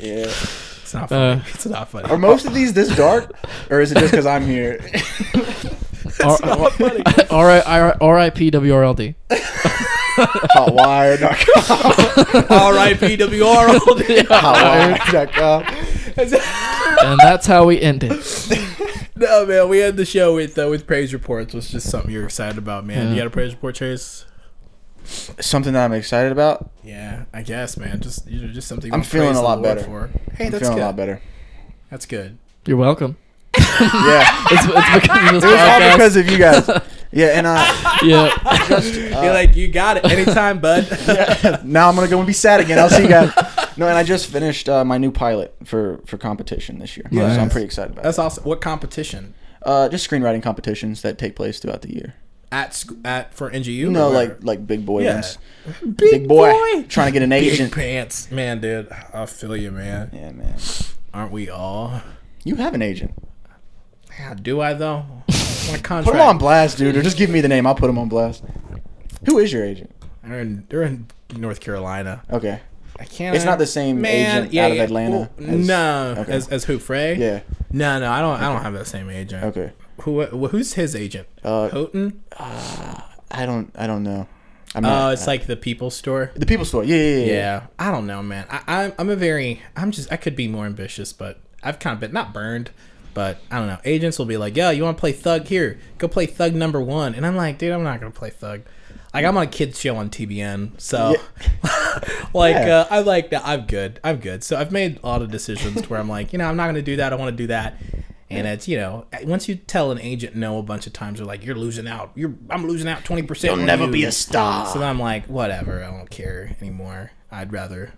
you.
Yeah.
It's not funny.
Uh,
it's not funny.
Are most of these this dark, or is it just because I'm here?
R- R- R- R.I.P. WRLD.
Hotwire.com.
R.I.P. WRLD.
Hotwire.com.
and that's how we end it.
No man, we had the show with uh, with praise reports. Was just something you're excited about, man.
Yeah.
You got a praise report, Chase?
Something that I'm excited about.
Yeah, I guess, man. Just you know, just something.
I'm
we
feeling
praise
a
the
lot
Lord
better.
For. Hey,
I'm
that's
feeling
good.
a lot better.
That's good.
You're welcome.
Yeah.
It's, it's because of this
It was all
podcast.
because of you guys. Yeah, and uh,
yeah.
You're like, you got it anytime, bud.
now I'm gonna go and be sad again. I'll see you guys. No, and I just finished uh, my new pilot for for competition this year, so I'm
Nice.
pretty excited about
That's
it.
awesome. What competition
Uh, just screenwriting competitions that take place throughout the year.
at sc- at for NGU?
You know,
or-
like like big boy
Yeah.
ones.
big,
trying to get an
Big
agent.
pants, man, dude. I feel you, man.
Yeah, man.
Aren't we all?
You have an agent.
Yeah, do I though? My contract.
Put him on blast, dude, or just give me the name. I'll put him on blast. Who is your agent?
They're in, they're in North Carolina.
Okay.
I can't.
It's not the same agent out of Atlanta
Well,
as-
no,
okay.
as as Hoop Frey.
Yeah.
No, no, I don't. I don't have that same agent.
Okay.
Who? wh- Who's his agent?
Uh,
Houghton.
I don't. I don't know. I'm
Oh,
not-
it's like the People Store.
the People's Store. Yeah, yeah, yeah. yeah.
Yeah, I don't know, man. I, I'm I'm a very I'm just I could be more ambitious, but I've kind of been not burned, but I don't know. Agents will be like, "Yo, you want to play Thug? Here, go play Thug number one," and I'm like, "Dude, I'm not gonna play Thug." Like I'm on a kids show on TBN, so like
Yeah.
uh, I like that. I'm good. I'm good. So I've made a lot of decisions to where I'm like, you know, I'm not gonna do that. I want to do that. And it's you know, once you tell an agent no a bunch of times, they're like, "You're losing out. You're I'm losing out twenty percent.
You'll never be a star.
So then I'm like, whatever, I don't care anymore. I'd rather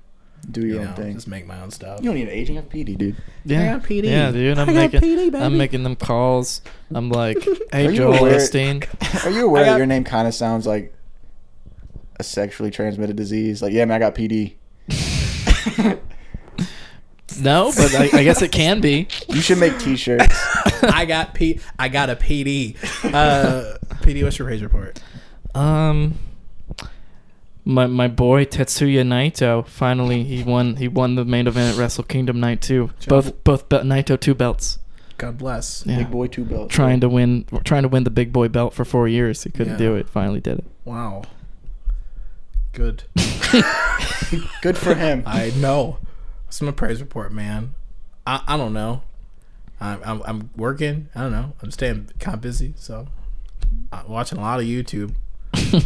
Do your
you
own
know,
thing.
just make my own stuff.
You don't need an agent. You have PD, dude.
Yeah.
got PD.
Yeah, dude. I'm
I got
making
PD, baby.
I'm making them calls. I'm like,
Are
hey
you
Joel
aware-
Osteen.
Are you aware
got-
that your name kind of sounds like a sexually transmitted disease? Like, yeah, man, I got PD.
No, but I, I guess it can be.
You should make T-shirts.
I got P. I got a PD. Uh, PD, what's your praise report?
Um, my my boy Tetsuya Naito finally he won he won the main event at Wrestle Kingdom Night Two. Both both be- Naito two belts.
God bless.
Yeah.
Big boy two belts.
Trying to win trying to win the big boy belt for four years. He couldn't
Yeah.
do it. Finally did it.
Wow. Good.
Good for him.
I know. It's my praise report, man. I, I don't know. I'm, I'm I'm working. I don't know. I'm staying kind of busy, so I'm watching a lot of YouTube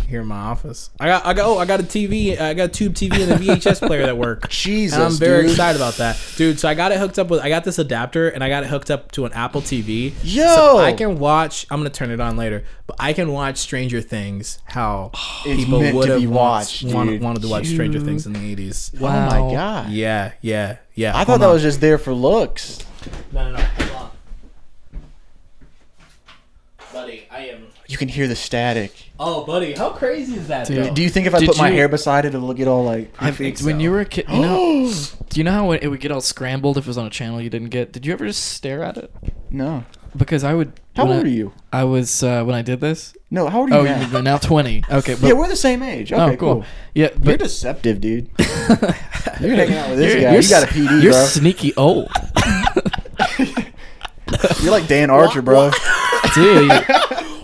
here in my office. I got I got oh I got a TV. I got a tube TV and a VHS player at work.
Jesus,
And I'm very
dude.
excited about that, dude. So I got it hooked up with I got this adapter and I got it hooked up to an Apple TV.
Yo!
so I can watch. I'm gonna turn it on later, but I can watch Stranger Things. How
It's
people
meant to
would
be
have
watched,
watched, wanted,
dude.
wanted to watch Stranger Things in the 80s.
Oh
Wow.
my god.
Yeah, yeah, yeah.
I thought that was just there for looks.
no, no, no. Hold on. Buddy, I am.
You can hear the static.
Oh, buddy, how crazy is that,
Dude,
though?
Do you think if I
Oh. Did
put my
you-
hair beside it, it'll get all like?
Have-
think
when
so.
you were a kid, you know, do you know how it would get all scrambled if it was on a channel you didn't get? Did you ever just stare at it?
No.
Because I would.
How
when
old
I-
are you?
I was uh, when I did this.
No. How old are
Oh,
you now?
you're now twenty. Okay, but
yeah, we're the same age. Okay,
oh, cool.
cool.
Yeah,
You're
but
deceptive, dude. You're hanging out with this guy.
you're
you got a
s-
PD,
You're
bro.
sneaky old,
You're like Dan Archer, bro.
dude.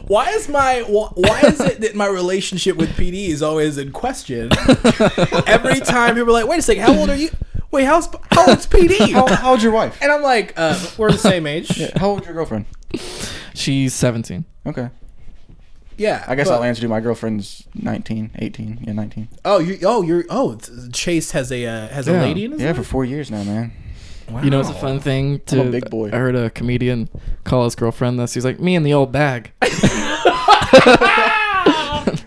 Why is my wh- why is it that my relationship with PD is always in question? Every time people are like, "Wait a second, how old are you? Wait, how's how old's PD?"
How, how old's your wife?
and I'm like, uh, "We're the same age." Yeah,
How old's your girlfriend?
She's seventeen.
Okay.
I
I guess
but,
I'll answer to my girlfriend's 19, 18, yeah, 19.
Oh, you oh you're oh th- Chase has a uh, has a
Yeah.
lady in his
Yeah, for
life?
four years now, man.
Wow.
You know, it's a fun thing to.
I'm a big boy.
I heard a comedian call his girlfriend this. He's like, "Me and the old bag."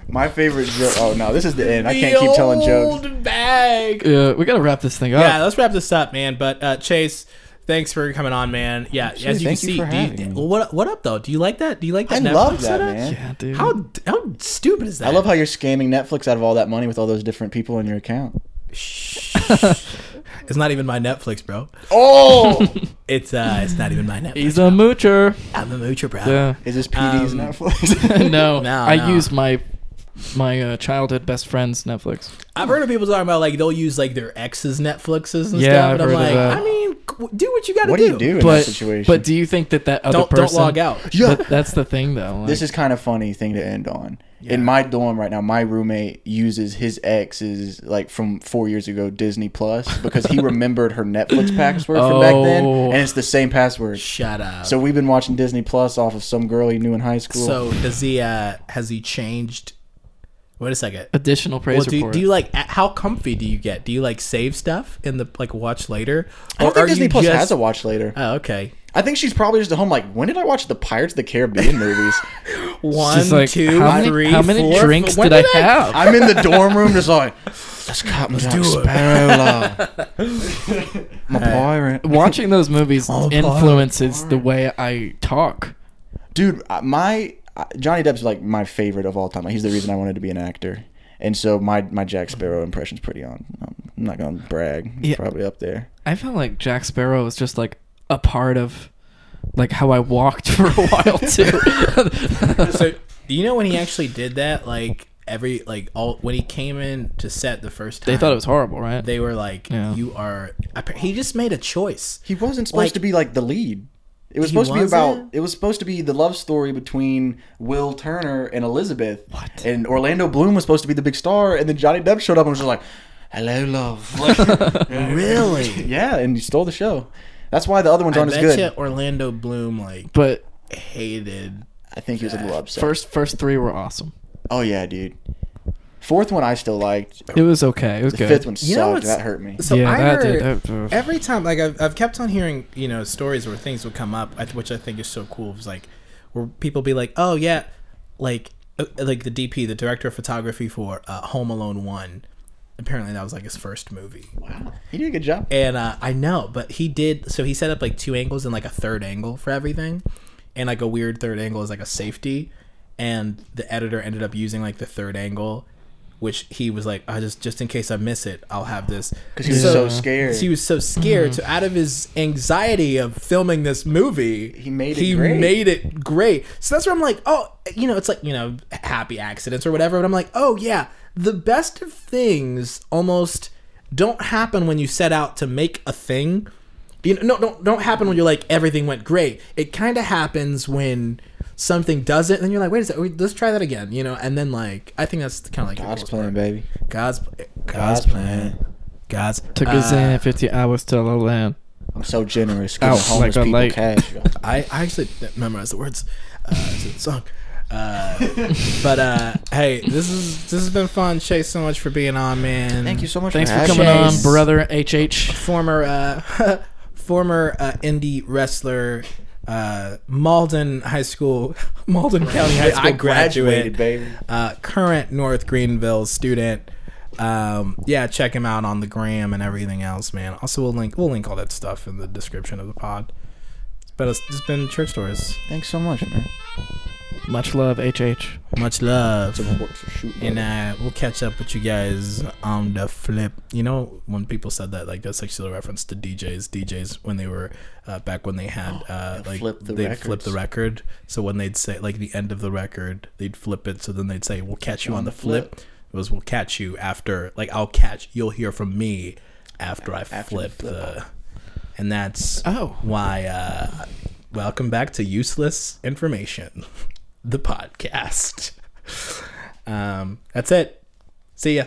My favorite joke. Oh no, this is the end. I can't keep telling jokes.
Old bag.
Uh, we gotta wrap this thing up.
yeah, let's wrap this up, man. But uh, Chase, thanks for coming on, man. Yeah, as you can
thank you
see,
for
do you-
having me.
well, what what up though? Do you like that? Do you like
I
that? Netflix
love that,
setup?
man.
Yeah, dude.
How how stupid is that?
I love how you're scamming Netflix out of all that money with all those different people in your account.
it's not even my Netflix, bro.
Oh,
It's uh, it's not even my Netflix.
He's a moocher.
I'm a moocher, bro.
Yeah.
is this PD's
Um,
Netflix?
no,
No,
I
no.
use my my uh, childhood best friend's Netflix.
I've heard of people talking about like they'll use like their ex's Netflixes and
Yeah,
stuff,
I've
and I'm
heard of
like,
that.
I mean, c- do what you got to
what do you do in
But
that situation?
but do you think that that other
Don't
person
don't log out.
Yeah.
But that's the thing though. Like,
this is kind of funny thing to end on. In my dorm right now, my roommate uses his ex's like from four years ago Disney Plus because he remembered her Netflix password from back then,
Oh.
and it's the same password.
Shut up.
So we've been watching Disney Plus off of some girl he knew in high school.
So does he? uh Has he changed? Wait a second.
additional praise
Well, do,
report.
do you like a- how comfy do you get? Do you like save stuff in the like watch later?
I don't
are
think Disney
you
Plus
just-
has a watch later.
Oh, okay.
I think she's probably just at home like, when did I watch the Pirates of the Caribbean movies?
One,
She's like,
two,
how many,
three,
how many
four,
drinks
when
did I have?
I'm in the dorm room just like, let's Captain Jack
do it."
Sparrow. I'm a pirate.
Watching those movies
Oh, boy.
influences the way I talk.
Dude, I- my I- Johnny Depp's like my favorite of all time. Like, he's the reason I wanted to be an actor. And so my, my Jack Sparrow impression's pretty on. I'm not going to brag. It's
Yeah.
probably up there.
I felt like Jack Sparrow was just like a part of like how I walked for a while too.
So do you know when he actually did that? Like every like all when he came in to set the first time,
they thought it was horrible, right?
they were like,
Yeah.
"You are." appa- He just made a choice.
He wasn't supposed
Like-
to be like the lead. It was
He
supposed to be
wasn't?
about. It was supposed to be the love story between Will Turner and Elizabeth. What? And Orlando Bloom was supposed to be the big star, and then Johnny Depp showed up and was just like, "Hello, love." Like,
Really?
yeah, and he stole the show. That's why the other ones
I
aren't as good.
bet you Orlando Bloom like
but
hated.
I think he was a little upset.
first first three were awesome.
oh yeah, dude. Fourth one I still liked.
It was okay. It was
The
good.
fifth one
You know
sucked.
what's-
That hurt me.
So
Yeah,
I
that
heard
did- that- uh,
every time, like I've, I've kept on hearing, you know, stories where things would come up, I- which I think is so cool. It's like where people be like, "Oh yeah," like uh, like the DP, the director of photography for uh, Home Alone One. Apparently, that was like his first movie,
Wow, he did a good job.
and uh, I know, but he did. So he set up like two angles and like a third angle for everything, and like a weird third angle is like a safety, and the editor ended up using like the third angle which he was like, I just just in case I miss it, I'll have this
because he was so, scared. Mm-hmm.
He was so scared. So out of his anxiety of filming this movie,
He made it great.
made it great. So that's where I'm like, oh, you know, it's like you know, happy accidents or whatever. But I'm like, oh yeah, the best of things almost don't happen when you set out to make a thing. You know, no, don't don't happen when you're like everything went great. It kind of happens when something doesn't, and then you're like, wait a second, wait, let's try that again. You know, and then like I think that's kind of like the
God's
coolest
plan,
part.
baby.
God's God's
God's
plan.
plan.
God's
Took us
Uh,
in 50 hours to the land.
I'm so generous.
Ow,
Giving
Oh, like
homeless
a
people
light.
cash. yo.
I, I actually didn't memorize the words uh, to the song. Uh, but uh, hey, this is this has been fun. Chase, so much for being on, man.
Thank you so much.
Thanks for
having
coming
me.
on, brother HH.
Former uh, former uh, indie wrestler, uh, Malden High School, Malden County High School
I graduated,
graduate,
baby.
Uh, current North Greenville student. Um, yeah, check him out on the gram and everything else, man. Also, we'll link we'll link all that stuff in the description of the pod. But it's, it's been church stories.
Thanks so much, man.
Much love, HH.
Much love.
Works are shooting.
And uh, we'll catch up with you guys on the flip. You know, when people said that, like that's actually a reference to DJs. DJs when they were uh, back when they had uh, like
flip the
they'd flip the record.
records.
So when they'd say like the end of the record, they'd flip it. So then they'd say, "We'll catch you on the flip." It was, "We'll catch you after." Like I'll catch. You'll hear from me after I
you
flip,
flip
the. And that's
Oh.
why. Uh, welcome back to useless information, the podcast. Um, that's it. See ya.